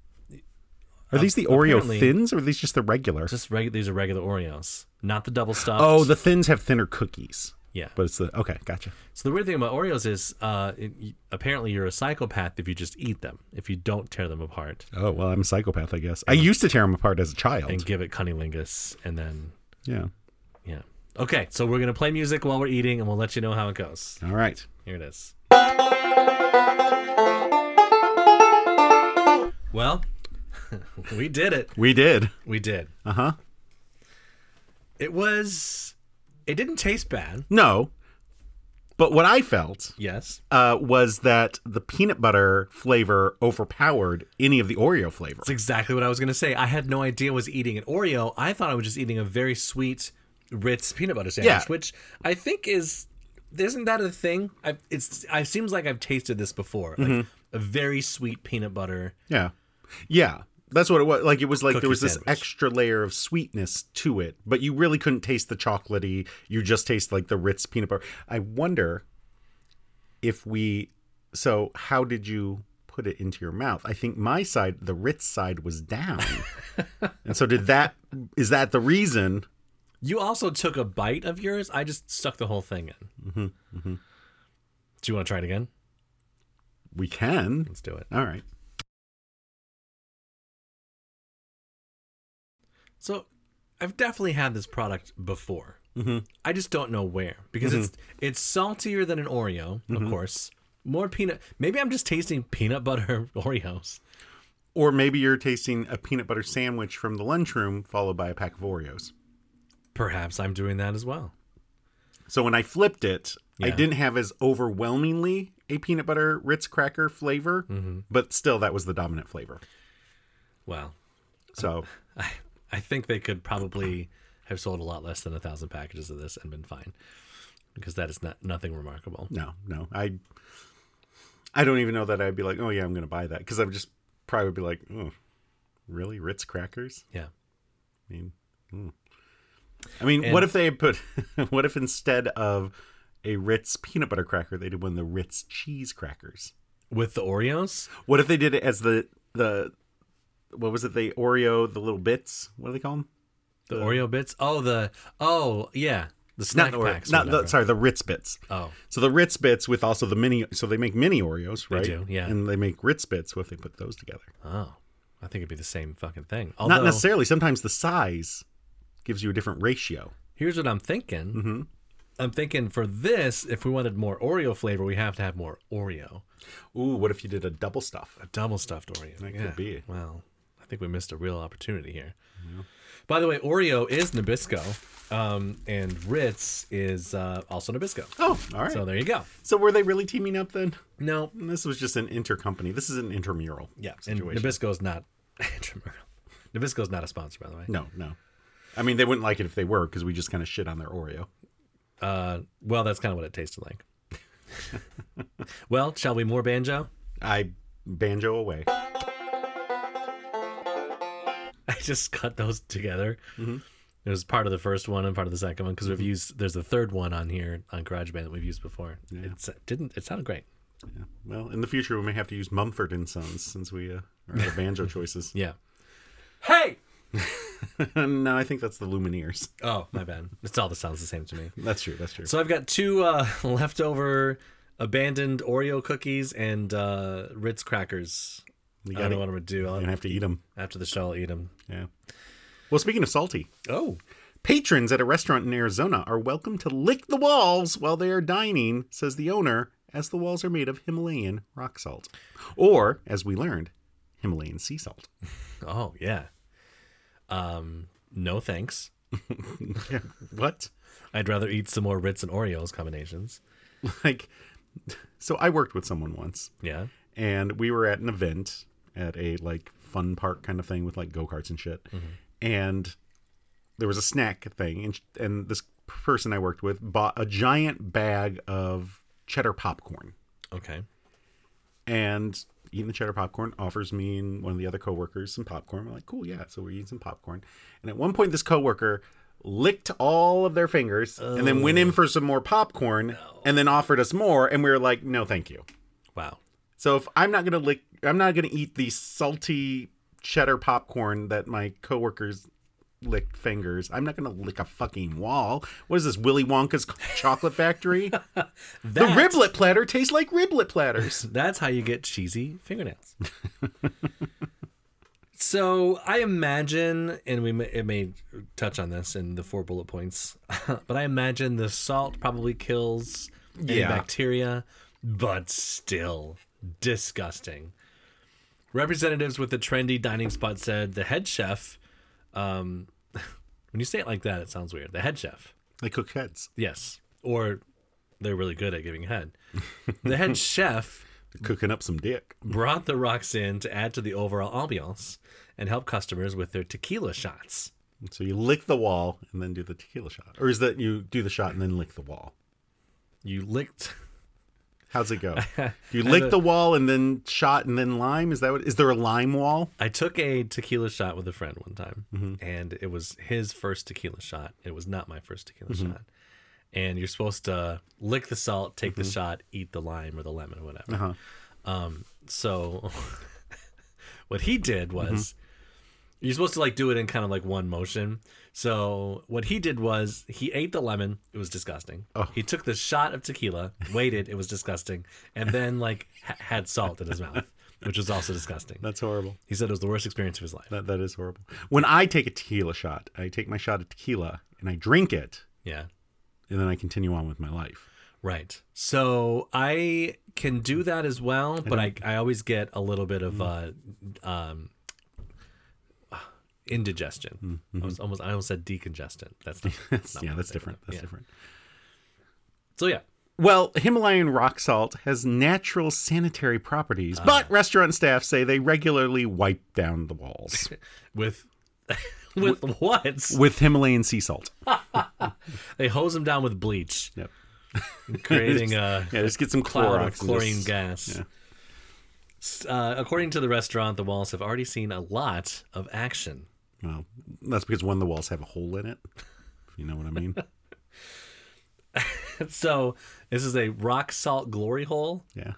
A: Are these the Oreo
B: apparently-
A: thins, or are these just the regular?
B: just regu- these are regular Oreos, not the double stuffed.
A: oh, the thins have thinner cookies,
B: yeah.
A: but it's the okay. Gotcha.
B: so the weird thing about Oreos is, uh, it, y- apparently you're a psychopath if you just eat them, if you don't tear them apart
A: Oh well, I'm a psychopath, I guess. I used to tear them apart as a child.
B: and give it cunnilingus, and then
A: Yeah.
B: yeah. Okay, so we're gonna play music while we're eating, and we'll let you know how it goes.
A: All right.
B: Here it is. Well, we did it.
A: We did.
B: We did.
A: Uh huh.
B: It was. It didn't taste bad.
A: No. But what I felt
B: Yes.
A: uh, was that the peanut butter flavor overpowered any of the Oreo flavor.
B: That's exactly what I was going to say. I had no idea I was eating an Oreo. I thought I was just eating a very sweet Ritz peanut butter sandwich,
A: Yeah.
B: which I think is isn't that a thing? I it's I seems like I've tasted this before. Like a very sweet peanut butter.
A: Yeah, yeah, that's what it was. Like it was like
B: Cookie
A: there was this
B: sandwich.
A: extra layer of sweetness to it, but you really couldn't taste the chocolatey. You just taste like the Ritz peanut butter. I wonder if we. So how did you? Put it into your mouth. I think my side, the Ritz side, was down, and so did that. Is that the reason?
B: You also took a bite of yours. I just stuck the whole thing in. Mm-hmm, mm-hmm. Do you want to try it again?
A: We can.
B: Let's do it.
A: All right.
B: So I've definitely had this product before.
A: Mhm.
B: I just don't know where because it's it's saltier than an Oreo, of course. More peanut. Maybe I'm just tasting peanut butter Oreos.
A: Or maybe you're tasting a peanut butter sandwich from the lunchroom followed by a pack of Oreos.
B: Perhaps I'm doing that as well.
A: So when I flipped it, I
B: Yeah.
A: didn't have as overwhelmingly a peanut butter Ritz cracker flavor,
B: Mm-hmm.
A: but still that was the dominant flavor.
B: Well,
A: So
B: I I think they could probably have sold a lot less than a thousand packages of this and been fine because that is not nothing remarkable.
A: no, no, I I don't even know that I'd be like, oh yeah, I'm gonna buy that because I would just probably would be like, oh, really Ritz crackers?
B: Yeah.
A: I mean, mm. I mean,
B: And-
A: what if they had put? what if instead of a Ritz peanut butter cracker, they did one of the Ritz cheese crackers?
B: With the Oreos,
A: What if they did it as the the what was it? The Oreo, the little bits. What do they call them?
B: the Oreo bits. Oh, the oh yeah, the
A: Not
B: snack
A: the Oreo-
B: packs.
A: not the,
B: whatever.
A: sorry, the Ritz bits.
B: Oh,
A: So the Ritz bits with also the mini. So they make mini Oreos, right?
B: do, yeah.
A: And they make Ritz bits. What if they put those together?
B: oh, I think it'd be the same fucking thing.
A: not
B: Although-
A: necessarily. Sometimes the size gives you a different ratio.
B: Here's what I'm thinking.
A: Mm-hmm.
B: I'm thinking for this, if we wanted more Oreo flavor, we have to have more Oreo,
A: Ooh, what if you did a double stuff?
B: a double stuffed Oreo. That
A: could be.
B: Well, I think we missed a real opportunity here. By the way, Oreo is Nabisco, um, and Ritz is uh, also Nabisco.
A: Oh, all right.
B: So
A: So,
B: there you go.
A: were they really teaming up then?
B: No,
A: This was just an intercompany. This is an intramural.
B: yeah, and
A: Situation.
B: Nabisco is not intramural. Nabisco is not a sponsor, by the way.
A: No, no. I mean, they wouldn't like it if they were because we just kind of shit on their Oreo.
B: Uh, well, that's kind of what it tasted like. well, shall we more banjo?
A: I banjo away.
B: I just cut those together. It was part of the first one and part of the second one because we've used. There's a third one on here on GarageBand that we've used before. It's, it didn't. It sounded great.
A: Yeah. Well, in the future we may have to use Mumford and Sons since we uh, are out of banjo choices.
B: Yeah. Hey.
A: no, I think that's the Lumineers.
B: Oh, my bad. It's all that sounds the same to me.
A: That's true. That's true.
B: So I've got two uh, leftover abandoned Oreo cookies and uh, Ritz crackers. I don't
A: gotta-
B: know what I'm gonna do.
A: You're gonna
B: I'll,
A: have to eat them.
B: after the show, I'll eat them.
A: Yeah. Well, speaking of salty,
B: Oh,
A: patrons at a restaurant in Arizona are welcome to lick the walls while they are dining, says the owner, as the walls are made of Himalayan rock salt, or as we learned, Himalayan sea salt.
B: oh yeah. Um, no thanks.
A: Yeah. What?
B: I'd rather eat some more Ritz and Oreos combinations.
A: Like, so I worked with someone once,
B: Yeah.
A: and we were at an event at a like fun park kind of thing with like go-karts and shit and there was a snack thing and, and this person i worked with bought a giant bag of cheddar popcorn
B: Okay.
A: and eating the cheddar popcorn offers me and one of the other coworkers some popcorn we're like cool yeah so we're eating some popcorn and at one point this coworker licked all of their fingers and then went in for some more popcorn and then offered us more and we were like no thank you
B: Wow.
A: so if I'm not gonna lick, I'm not gonna eat the salty cheddar popcorn that my coworkers licked fingers. I'm not gonna lick a fucking wall. What is this Willy Wonka's chocolate factory? the
B: That-
A: riblet platter tastes like riblet platters.
B: That's how you get cheesy fingernails. so I imagine, and we may, it may touch on this in the four bullet points, but I imagine the salt probably kills any
A: Yeah.
B: bacteria, but still disgusting. Representatives with the trendy dining spot said the head chef. Um, when you say it like that, it sounds weird. The head chef.
A: They cook heads.
B: Yes. Or they're really good at giving head. The head chef
A: They're cooking up some dick.
B: brought the rocks in to add to the overall ambiance and help customers with their tequila shots.
A: So you lick the wall and then do the tequila shot, or is that you do the shot and then lick the wall?
B: You licked.
A: How's it go? Do you lick the wall and then shot and then lime? Is that what? Is there a lime wall?
B: I took a tequila shot with a friend one time, and it was his first tequila shot. It was not my first tequila shot. And you're supposed to lick the salt, take the shot, eat the lime or the lemon or whatever.
A: Uh-huh.
B: Um, so what he did was
A: Mm-hmm.
B: you're supposed to like do it in kind of like one motion. So what he did was he ate the lemon. It was disgusting.
A: Oh.
B: He took the shot of tequila, waited. It was disgusting, and then like ha- had salt in his mouth, which was also disgusting.
A: That's horrible.
B: He said it was the worst experience of his life.
A: That that is horrible. When I take a tequila shot, I take my shot of tequila and I drink it,
B: Yeah.
A: and then I continue on with my life.
B: Right. So I can do that as well, but I, I always get a little bit of uh, um, indigestion. I was almost I almost said decongestant. That's not,
A: Mm-hmm. That's-
B: not
A: yeah,
B: what
A: that's
B: I'm
A: different.
B: thinking of.
A: That's
B: Yeah.
A: different.
B: So yeah,
A: Well, Himalayan rock salt has natural sanitary
B: Ah.
A: properties, but restaurant staff say they regularly wipe down the walls
B: with with what?
A: with Himalayan sea salt.
B: They hose them down with bleach,
A: Yep.
B: creating a
A: Yeah, just get some
B: cloud of
A: Clorox and
B: chlorine
A: just-
B: gas. S- Uh, according to the restaurant, the walls have already seen a lot of action.
A: Well, that's because one of the walls have a hole in it. if You know what I mean?
B: So this is a rock salt glory hole
A: Yeah.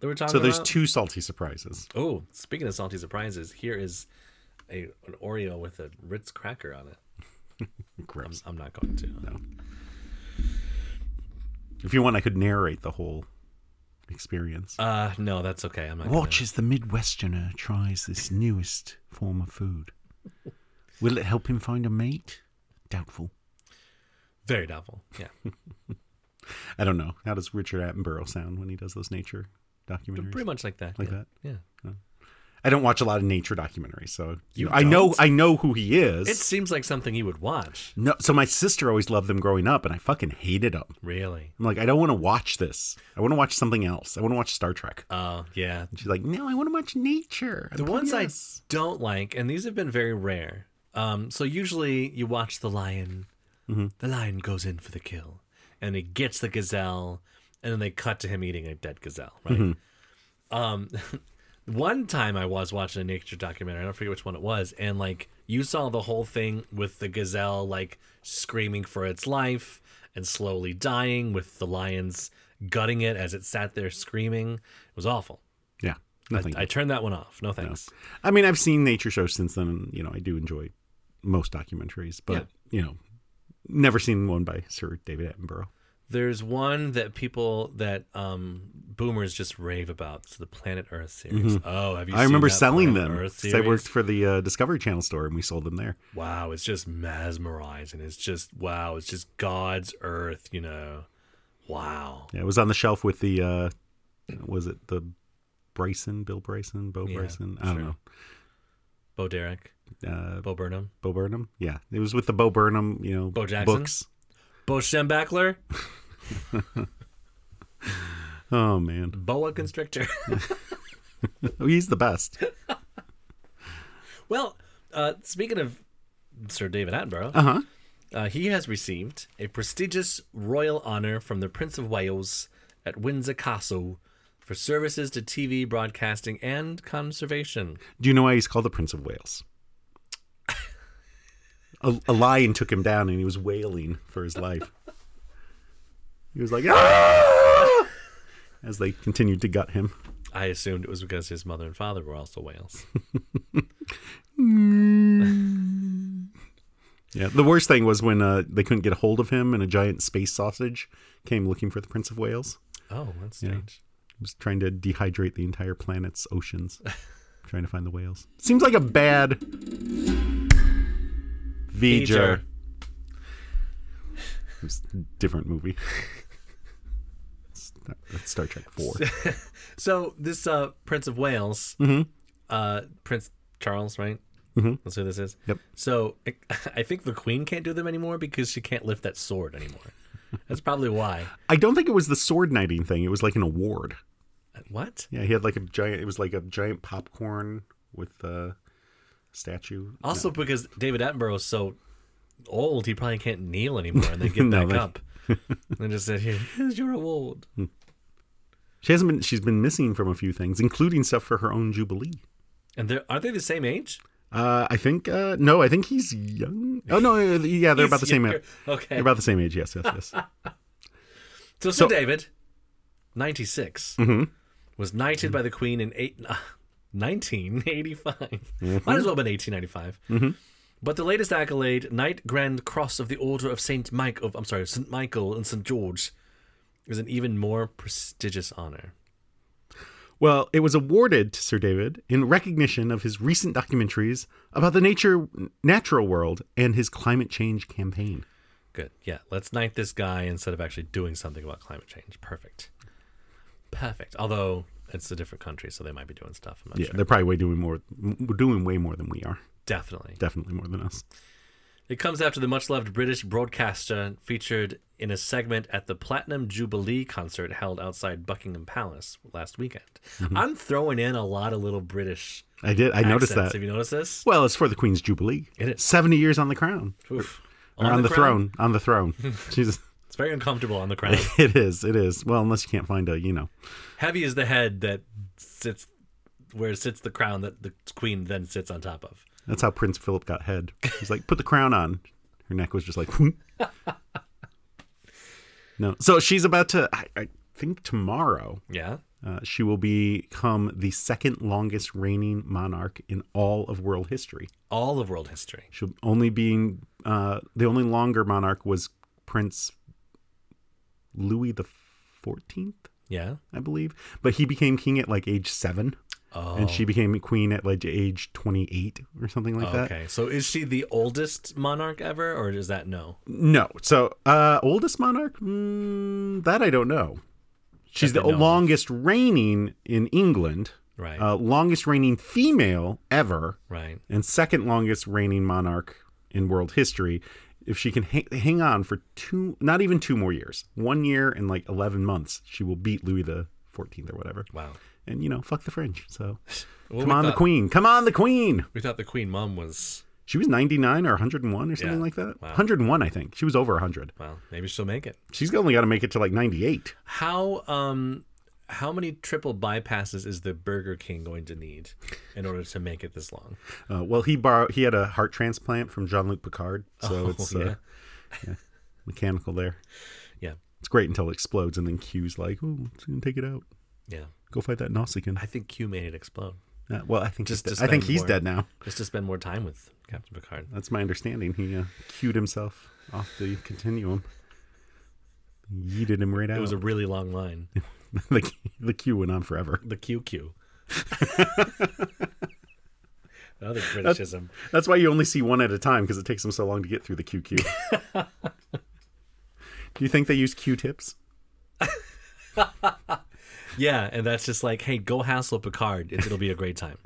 B: that we're talking
A: So
B: about.
A: there's two salty surprises.
B: Oh, speaking of salty surprises, here is a an Oreo with a Ritz cracker on it.
A: Gross.
B: I'm not going to.
A: If you want, I could narrate the whole experience.
B: Uh, no, that's okay. I'm not.
A: Watch as the Midwesterner tries this newest form of food. Will it help him find a mate? Doubtful.
B: Gonna. Very doubtful. Yeah.
A: I don't know. How does Richard Attenborough sound when he does those nature documentaries?
B: Pretty much like that.
A: Like
B: yeah.
A: that?
B: Yeah.
A: I don't watch a lot of nature documentaries, so
B: You
A: I know
B: don't?
A: I know who he is.
B: It seems like something you would watch.
A: no, so my sister always loved them growing up, and I fucking hated them.
B: Really?
A: I'm like, I don't want to watch this. I want to watch something else. I want to watch Star Trek.
B: Oh, yeah.
A: And she's like, No, I want to watch nature.
B: The ones I don't like, and these have been very rare. Um, so usually you watch the lion. The lion goes in for the kill, and he gets the gazelle, and then they cut to him eating a dead gazelle. Right. Um, one time I was watching a nature documentary. I don't forget which one it was, and like you saw the whole thing with the gazelle like screaming for its life and slowly dying, with the lions gutting it as it sat there screaming. It was awful.
A: Yeah.
B: I,
A: Nothing.
B: I turned that one off. No thanks.
A: I mean, I've seen nature shows since then, and you know, I do enjoy most documentaries, but
B: Yeah.
A: you know, never seen one by Sir David Attenborough.
B: There's one that people that um, boomers just rave about. It's the Planet Earth series. Oh, have you?
A: Mm-hmm. I
B: seen
A: remember
B: that
A: selling
B: Planet
A: them.
B: Earth
A: 'cause I worked
B: series?
A: for the uh, Discovery Channel store, and we sold them there.
B: Wow, it's just mesmerizing. It's just wow. It's just God's Earth. You know, wow.
A: Yeah, it was on the shelf with the uh, was it the Bryson, Bill Bryson, Bo
B: Yeah,
A: Bryson? I don't
B: sure. Bo Derek,
A: know. Uh,
B: Bo Burnham,
A: Bo Burnham. Yeah, it was with the Bo Burnham. You know,
B: Bo Jackson?
A: books.
B: Bo Schembechler,
A: Oh man,
B: Boa Constrictor.
A: oh, he's the best.
B: well, uh, speaking of Sir David Attenborough,
A: Uh huh.
B: uh, he has received a prestigious royal honor from the Prince of Wales at Windsor Castle for services to TV broadcasting and conservation.
A: Do you know why he's called the Prince of Wales? A, a lion took him down and he was wailing for his life. He was like, "Ah!" as they continued to gut him.
B: I assumed it was because his mother and father were also Wales.
A: Yeah. The worst thing was when uh, they couldn't get a hold of him and a giant space sausage came looking for the Prince of Wales.
B: oh, that's strange.
A: He was trying to dehydrate the entire planet's oceans, trying to find the whales. Seems like a bad. V'ger.
B: Feature.
A: It was a different movie. Star- that's Star Trek Four.
B: So this uh, Prince of Wales, uh, Prince Charles, right? Mm-hmm. That's who this is.
A: Yep.
B: So I- I think the Queen can't do them anymore because she can't lift that sword anymore. That's probably why.
A: I don't think it was the sword knighting thing. It was like an award.
B: Uh, What?
A: Yeah, he had like a giant. It was like a giant popcorn with a statue.
B: Also, because David Attenborough's so old, he probably can't kneel anymore, and they get
A: No,
B: back
A: they-
B: up and just said, "Here, here's your award."
A: She hasn't been. She's been missing from a few things, including stuff for her own jubilee.
B: And they're are they the same age?
A: Uh, I think. Uh, no, I think he's young. Oh no, yeah, they're about the
B: He's
A: same
B: younger.
A: age.
B: Okay.
A: They're about the same age. Yes, yes, yes.
B: So Sir
A: So- Mm-hmm.
B: David, 96, was knighted by the Queen in eight, uh, 1985.
A: Mm-hmm.
B: Might as well have been 1895. But the latest accolade, Knight Grand Cross of the Order of St. Michael, I'm sorry, St. Michael and St. George, is an even more prestigious honor.
A: Well, it was awarded to Sir David in recognition of his recent documentaries about the nature natural world and his climate change campaign.
B: Good. Yeah, let's knight this guy instead of actually doing something about climate change. Perfect. Perfect. Although it's a different country, so they might be doing stuff. I'm not
A: Yeah,
B: sure.
A: they're probably way doing more m- doing way more than we are.
B: Definitely.
A: Definitely more than us.
B: It comes after the much loved British broadcaster featured in a segment at the Platinum Jubilee concert held outside Buckingham Palace last weekend. I'm throwing in a lot of little British
A: I did Mm-hmm. I noticed
B: accents.
A: that.
B: Have you noticed this?
A: Well, it's for the Queen's Jubilee.
B: It is.
A: 70 years on the crown.
B: Oof.
A: Or on, the,
B: crown.
A: throne. on the throne. Jesus.
B: It's very uncomfortable on the crown.
A: It is. It is. Well, unless you can't find a, you know.
B: Heavy is the head that sits where sits the crown that the queen then sits on top of.
A: That's how Prince Philip got head. He's like, put the crown on. Her neck was just like, "Hmm." no. So she's about to, I, I think tomorrow,
B: Yeah.
A: uh, she will become the second longest reigning monarch in all of world history.
B: All of world history.
A: She'll only being, uh, the only longer monarch was Prince Louis the 14th,
B: Yeah.
A: I believe. But he became king at like age seven.
B: Oh.
A: And she became queen at like age 28 or something like that.
B: Oh, okay. So is she the oldest monarch ever or is that no?
A: No. So, uh, oldest monarch? Mm, that I don't know. She's the
B: That they know of.
A: longest reigning in England,
B: Right.
A: uh, longest reigning female ever,
B: right.
A: and second longest reigning monarch in world history. If she can ha- hang on for two, not even two more years, one year and like 11 months, she will beat Louis the 14th or whatever.
B: Wow.
A: And, you know, fuck the French. So,
B: Well,
A: come
B: we
A: on, the
B: thought-
A: queen. Come on, the queen.
B: We thought the Queen Mum was
A: She was 99 or 101 or something
B: Yeah.
A: like that.
B: Wow.
A: 101, I think. She was over 100.
B: well, maybe she'll make it.
A: She's only got to make it to like 98.
B: How um how many triple bypasses is the Burger King going to need in order to make it this long?
A: Uh, well, he borrowed. He had a heart transplant from Jean Luc Picard, so
B: Oh,
A: it's uh,
B: yeah.
A: yeah, mechanical there.
B: Yeah,
A: It's great until it explodes, and then Q's like, "Ooh, it's gonna take it out.
B: yeah.
A: Go fight that Nausicaan."
B: I think Q made it explode
A: Uh, well, I think
B: Just
A: he's
B: to
A: dead. I think
B: spend
A: he's
B: more.
A: dead now.
B: just to spend more time with Captain Picard.
A: That's my understanding. He uh, cued himself off the continuum. Yeeted him right out.
B: It was a really long line.
A: the the queue went on forever.
B: The QQ. Another criticism.
A: That's why you only see one at a time because it takes them so long to get through the QQ. Do you think they use Q-tips?
B: Yeah, and that's just like, hey, go hassle Picard. It, it'll be a great time.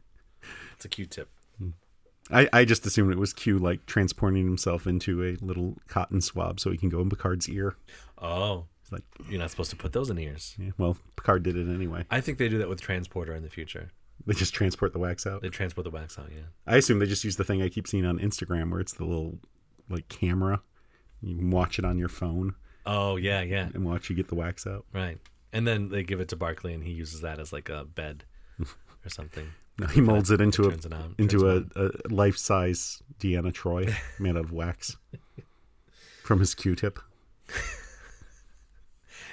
B: It's a Q-tip.
A: I, I just assumed it was Q like transporting himself into a little cotton swab so he can go in Picard's ear.
B: Oh,
A: It's like,
B: you're not supposed to put those in ears.
A: yeah, well, Picard did it anyway.
B: I think they do that with transporter in the future.
A: They just transport the wax out.
B: They transport the wax out. Yeah.
A: I assume they just use the thing I keep seeing on Instagram where it's the little like camera. You can watch it on your phone
B: Oh yeah, yeah.
A: and watch you get the wax out.
B: Right. And then they give it to Barclay, and he uses that as like a bed or something.
A: No, he molds it into a
B: turns it on,
A: into a,
B: turns
A: a life size Deanna Troy made out of wax from his Q-tip.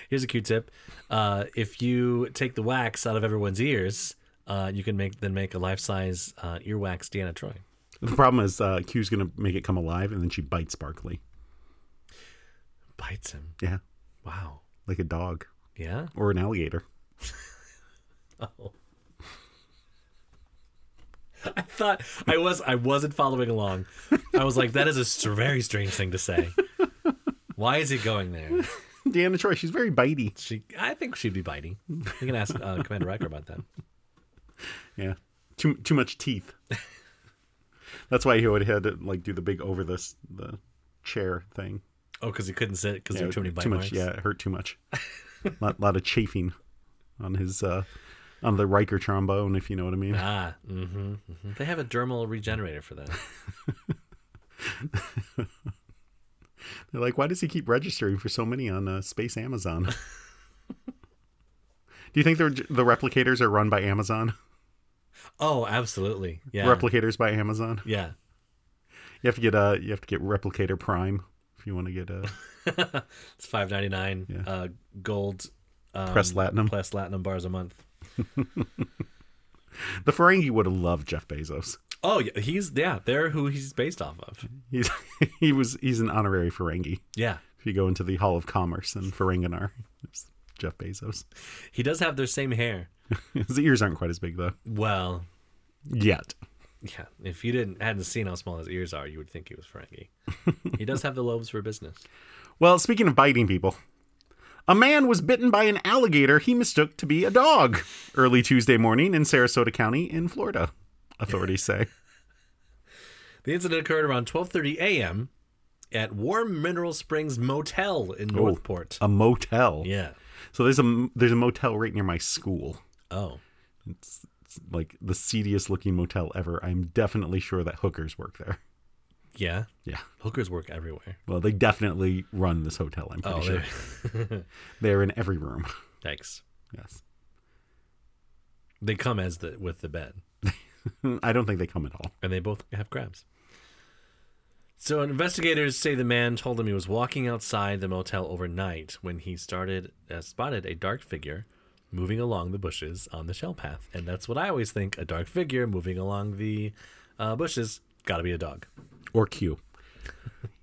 B: Here's a Q-tip: uh, if you take the wax out of everyone's ears, uh, you can make then make a life-size uh, earwax Deanna Troy.
A: The problem is uh, Q's gonna make it come alive and then she bites Barkley.
B: Bites him.
A: Yeah,
B: Wow.
A: like a dog
B: Yeah.
A: or an alligator.
B: Oh. I thought I was I wasn't following along. I was like, that is a str- very strange thing to say. Why is he going there?
A: Deanna Troy, she's very bitey.
B: She, I think she'd be biting. You can ask uh, Commander Riker about that.
A: Yeah, too too much teeth. That's why he would had to like do the big over this the chair thing.
B: Oh, because he couldn't sit because
A: Yeah,
B: there were too many bite
A: much.
B: marks.
A: Yeah, it hurt too much. lot, lot of chafing on his uh on the Riker trombone, if you know what I mean.
B: Ah, hmm They have a dermal regenerator for that.
A: They're like, why does he keep registering for so many on uh, Space Amazon? Do you think they're, j- the replicators are run by Amazon?
B: Oh, absolutely. Yeah.
A: Replicators by Amazon.
B: yeah.
A: You have to get uh, you have to get Replicator Prime if you want to get uh,
B: It's five ninety nine.
A: Yeah.
B: Uh, gold. Um,
A: Press Latinum.
B: Press Latinum bars a month.
A: the Ferengi would have loved Jeff Bezos.
B: Oh, yeah, he's yeah. They're who he's based off of.
A: He's he was he's an honorary Ferengi.
B: Yeah.
A: If you go into the Hall of Commerce in Ferenginar, it's Jeff Bezos.
B: He does have their same hair.
A: His ears aren't quite as big though
B: Well,
A: yet.
B: yeah. If you didn't hadn't seen how small his ears are, you would think he was Frankie. he does have the lobes for business.
A: Well, speaking of biting people, a man was bitten by an alligator he mistook to be a dog early Tuesday morning in Sarasota County in Florida, authorities say.
B: The incident occurred around twelve thirty a.m. at Warm Mineral Springs Motel in
A: Oh.
B: Northport.
A: A motel.
B: yeah.
A: So there's a there's a motel right near my school.
B: Oh.
A: It's like the seediest looking motel ever. I'm definitely sure that hookers work there.
B: Yeah.
A: Yeah.
B: Hookers work everywhere.
A: Well, they definitely run this hotel, I'm pretty
B: Oh,
A: sure.
B: there-
A: They're in every room.
B: thanks.
A: Yes.
B: They come as the with the bed,
A: I don't think they come at all.
B: and they both have crabs. So investigators say the man told them he was walking outside the motel overnight when he started uh, spotted a dark figure moving along the bushes on the shell path, and that's what I always think: a dark figure moving along the uh, bushes. Got to be a dog.
A: or Q.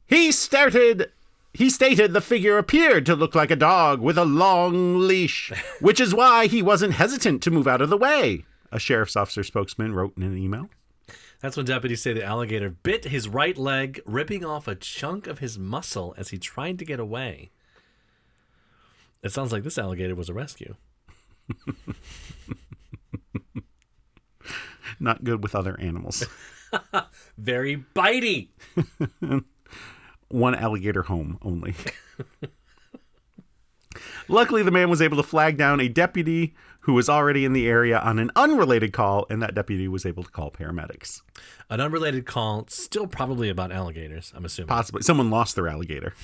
A: He started. He stated the figure appeared to look like a dog with a long leash, which is why he wasn't hesitant to move out of the way. A sheriff's officer spokesman wrote in an email.
B: That's when deputies say the alligator bit his right leg, ripping off a chunk of his muscle as he tried to get away. It sounds like this alligator was a rescue.
A: Not good with other animals.
B: Very bitey.
A: One alligator home only. Luckily, the man was able to flag down a deputy who was already in the area on an unrelated call, and that deputy was able to call paramedics.
B: An unrelated call, still probably about alligators, I'm assuming.
A: Possibly someone lost their alligator.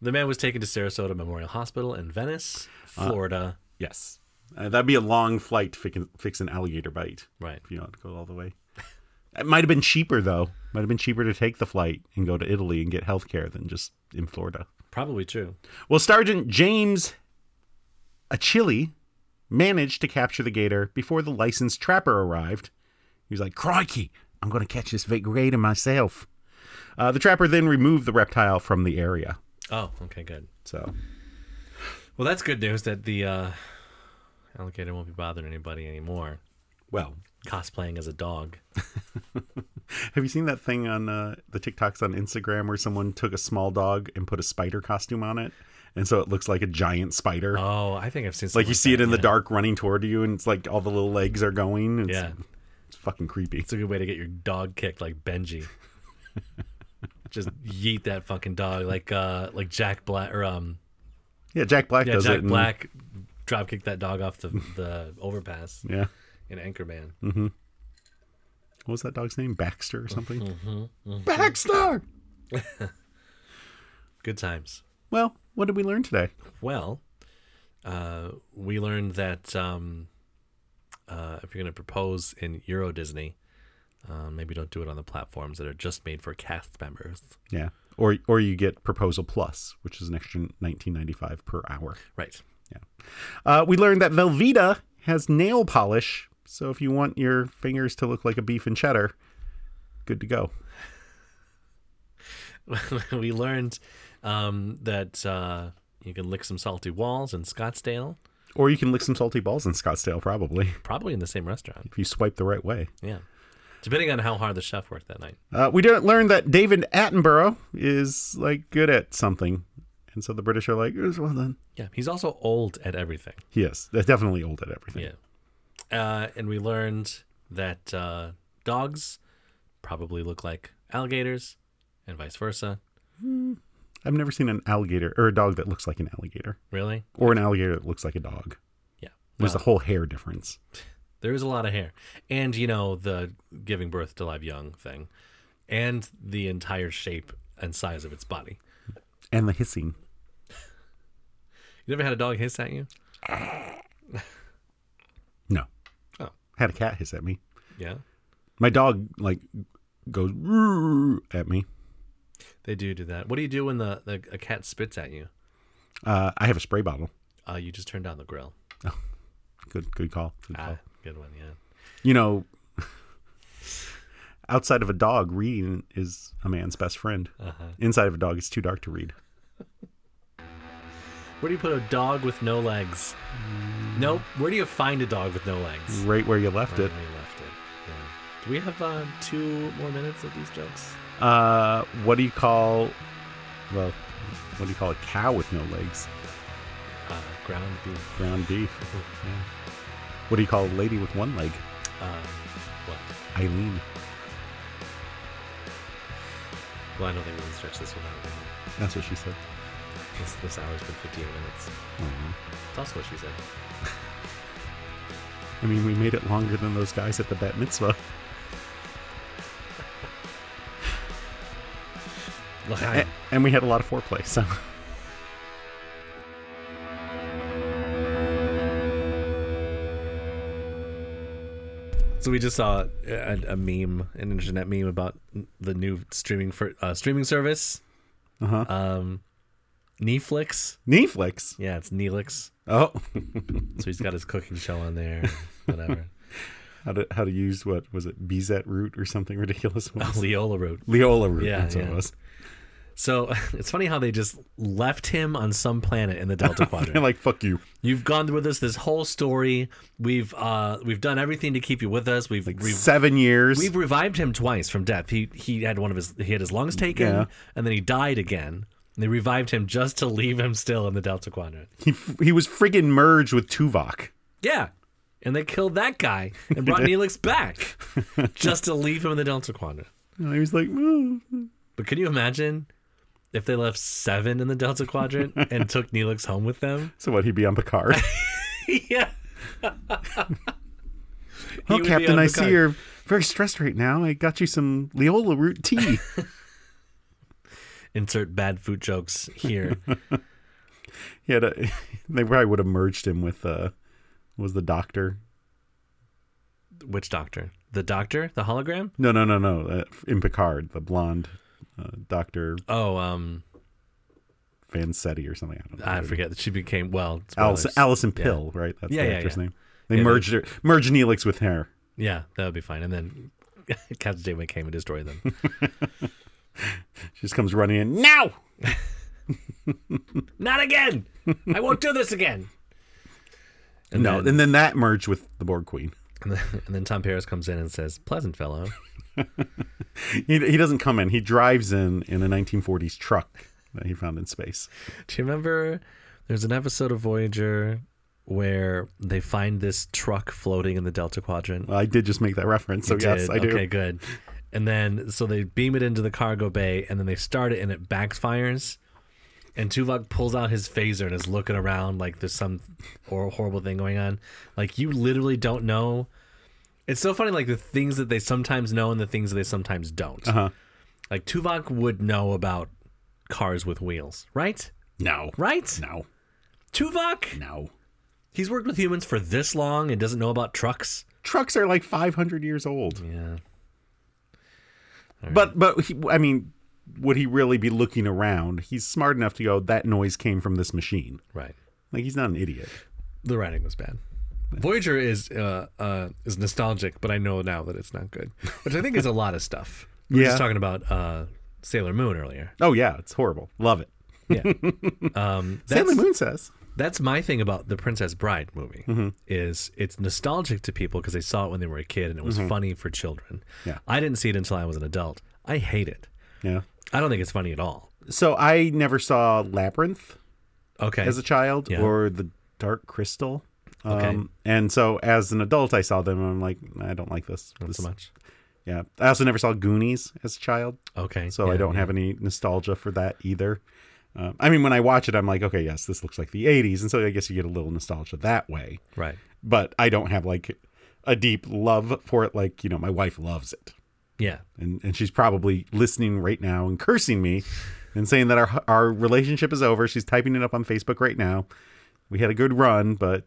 B: The man was taken to Sarasota Memorial Hospital in Venice,
A: Uh.
B: Florida.
A: Yes. Uh, that'd be a long flight to fix, fix an alligator bite
B: right.
A: if you don't go all the way. It might have been cheaper, though. Might have been cheaper to take the flight and go to Italy and get health care than just in Florida.
B: Probably true.
A: Well, Sergeant James Achille managed to capture the gator before the licensed trapper arrived. He was like, Crikey, I'm going to catch this big gator myself. Uh, the trapper then removed the reptile from the area.
B: Oh, okay, good.
A: So,
B: Well, that's good news that the uh, alligator won't be bothering anybody anymore.
A: well,
B: Cosplaying as a dog.
A: have you seen that thing on uh, the TikToks on Instagram where someone took a small dog and put a spider costume on it? And so it looks like a giant spider.
B: Oh, I think I've seen.
A: like you see it in the
B: dark.
A: dark running toward you, and it's like all the little legs are going. It's,
B: Yeah,
A: it's fucking creepy.
B: it's a good way to get your dog kicked like Benji. Just yeet that fucking dog like uh like Jack Black or um
A: Yeah, Jack Black
B: yeah
A: does
B: Jack
A: it. in-
B: Black drop kicked that dog off the the overpass
A: Yeah.
B: in Anchorman.
A: what was that dog's name? Baxter or something? Baxter!
B: Good times.
A: Well, what did we learn today?
B: Well, uh, we learned that um, uh, if you're going to propose in Euro Disney, uh, maybe don't do it on the platforms that are just made for cast members.
A: Yeah. Or, or you get Proposal Plus, which is an extra 19.95 per hour.
B: Right.
A: Uh, we learned that Velveeta has nail polish, so if you want your fingers to look like a beef and cheddar, good to go.
B: we learned um, that uh, you can lick some salty walls in Scottsdale,
A: Or you can lick some salty balls in Scottsdale, probably,
B: probably in the same restaurant.
A: if you swipe the right way.
B: Yeah. Depending on how hard the chef worked that night.
A: Uh, we didn't learn that David Attenborough is like good at something, and so the British are like, "Yes, well then,
B: Yeah. He's also old at everything.
A: he is They're definitely old at everything."
B: Yeah. Uh, and we learned that uh, dogs probably look like alligators and vice versa.
A: I've never seen an alligator or a dog that looks like an alligator
B: Really?
A: or an alligator that looks like a dog.
B: Yeah.
A: There's
B: Well,
A: a whole hair difference.
B: there is a lot of hair. And, you know, the giving birth to live young thing and the entire shape and size of its body.
A: And the hissing.
B: You never had a dog hiss at you?
A: No.
B: Oh.
A: Had a cat hiss at me.
B: Yeah.
A: My dog like goes "Roo" at me.
B: They do do that. What do you do when the, the a cat spits at you?
A: Uh, I have a spray bottle.
B: Uh, you just turn down the grill.
A: Good good call. Good call.
B: Ah, good one, yeah.
A: You know, outside of a dog, reading is a man's best friend.
B: Uh-huh.
A: Inside of a dog, it's too dark to read.
B: Where do you put a dog with no legs? Nope. Where do you find a dog with no legs?
A: Right where you left
B: Right
A: it.
B: where you left it. Yeah. Do we have uh, two more minutes of these jokes?
A: Uh, what do you call? Well, what do you call a cow with no legs?
B: Uh, ground beef.
A: Ground beef. Yeah. What do you call a lady with one leg?
B: Uh, what?
A: Eileen.
B: Well, I don't think we can stretch this one out. Now.
A: That's what she said.
B: This, this hour's been 58 minutes.
A: Mhm.
B: It's also what she said.
A: I mean, we made it longer than those guys at the bat mitzvah.
B: Look,
A: A-
B: I,
A: and we had a lot of foreplay. So. uh-huh.
B: So we just saw a, a meme, an internet meme about the new streaming for uh, streaming service,
A: Uh-huh.
B: um, Netflix.
A: Netflix.
B: Yeah, it's Neelix.
A: Oh,
B: So he's got his cooking show on there, whatever.
A: how to how to use what was it? Bizet root or something ridiculous? it was.
B: Leola root.
A: Leola root.
B: Oh. Yeah,
A: that's what
B: yeah.
A: it was.
B: So it's funny how they just left him on some planet in the Delta Quadrant.
A: And like, fuck you.
B: You've gone with us this whole story. We've uh, we've done everything to keep you with us. We've we've
A: Seven years.
B: We've revived him twice from death. He he had one of his he had his lungs taken,
A: Yeah.
B: and then he died again. And they revived him just to leave him still in the Delta Quadrant.
A: He f- he was friggin' merged with Tuvok.
B: Yeah, and they killed that guy and brought Neelix back just to leave him in the Delta Quadrant.
A: And he was like, "Mm."
B: But can you imagine if they left seven in the Delta Quadrant and took Neelix home with them?
A: so what? He'd be on Picard.
B: yeah.
A: oh,
B: would be
A: Captain,
B: on
A: I
B: Picard.
A: see you're very stressed right now. I got you some Leola root tea.
B: insert bad food jokes here.
A: He had a, they probably would have merged him with uh was the doctor.
B: Which doctor? The doctor? The hologram?
A: No, no, no, no. Uh, in Picard, the blonde uh, Doctor
B: Oh, um,
A: Vancetti or something. I don't know.
B: I forget that she became well.
A: Mm. Allison,
B: spoilers.
A: Allison Pill, right? That's
B: Ah, Yeah,
A: the
B: yeah,
A: actress
B: yeah.
A: name. They
B: Yeah,
A: merged her, merged Neelix with her.
B: Yeah, that would be fine. And then Captain Janeway came and destroyed them.
A: She just comes running in now.
B: Not again! I won't do this again. And
A: no,
B: then,
A: and then that merged with the Borg Queen.
B: and then and then Tom Paris comes in and says, "Pleasant fellow."
A: He he doesn't come in. He drives in in a 1940s truck that he found in space.
B: Do you remember? There's an episode of Voyager where they find this truck floating in the Delta Quadrant.
A: Well, I did just make that reference, so
B: You
A: yes,
B: did?
A: I do.
B: Okay, good. And then so they beam it into the cargo bay, and then they start it, and it backfires. And Tuvok pulls out his phaser and is looking around like there's some or horrible thing going on. Like you literally don't know. It's so funny, like the things that they sometimes know and the things that they sometimes don't.
A: Uh-huh.
B: Like Tuvok would know about cars with wheels, right?
A: No,
B: Right?
A: no,
B: Tuvok,
A: no.
B: he's worked with humans for this long and doesn't know about trucks.
A: Trucks are like 500 years old.
B: Yeah.
A: But but he, I mean, would he really be looking around? He's smart enough to go. That noise came from this machine.
B: Right.
A: Like he's not an idiot.
B: The writing was bad. Voyager is uh, uh, is nostalgic, but I know now that it's not good, which I think is a lot of stuff. We were
A: Yeah.
B: just talking about uh, Sailor Moon earlier.
A: Oh yeah, it's horrible. Love it.
B: Yeah, um,
A: Sailor
B: that's-
A: Moon says.
B: that's my thing about the Princess Bride movie
A: Mm-hmm.
B: is it's nostalgic to people because they saw it when they were a kid and it was funny for children.
A: Mm-hmm. Yeah.
B: I didn't see it until I was an adult. I hate it.
A: Yeah.
B: I don't think it's funny at all.
A: So I never saw Labyrinth
B: Okay.
A: as a child
B: Yeah.
A: or The Dark Crystal. Um,
B: Okay.
A: And so as an adult, I saw them and I'm like, I don't like this.
B: not
A: this
B: so much.
A: Yeah. I also never saw Goonies as a child.
B: Okay.
A: So I
B: yeah,
A: don't
B: yeah.
A: have any nostalgia for that either. Um, I mean, when I watch it, I'm like, okay, yes, this looks like the 80s. And so I guess you get a little nostalgia that way.
B: right.
A: But I don't have like a deep love for it. Like, you know, my wife loves it.
B: Yeah.
A: and, and she's probably listening right now and cursing me and saying that our our relationship is over. She's typing it up on Facebook right now. We had a good run, but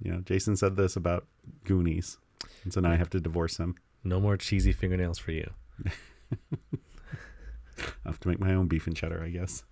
A: you know, Jason said this about Goonies, and so now I have to divorce him.
B: No more cheesy fingernails for you.
A: I have to make my own beef and cheddar, I guess.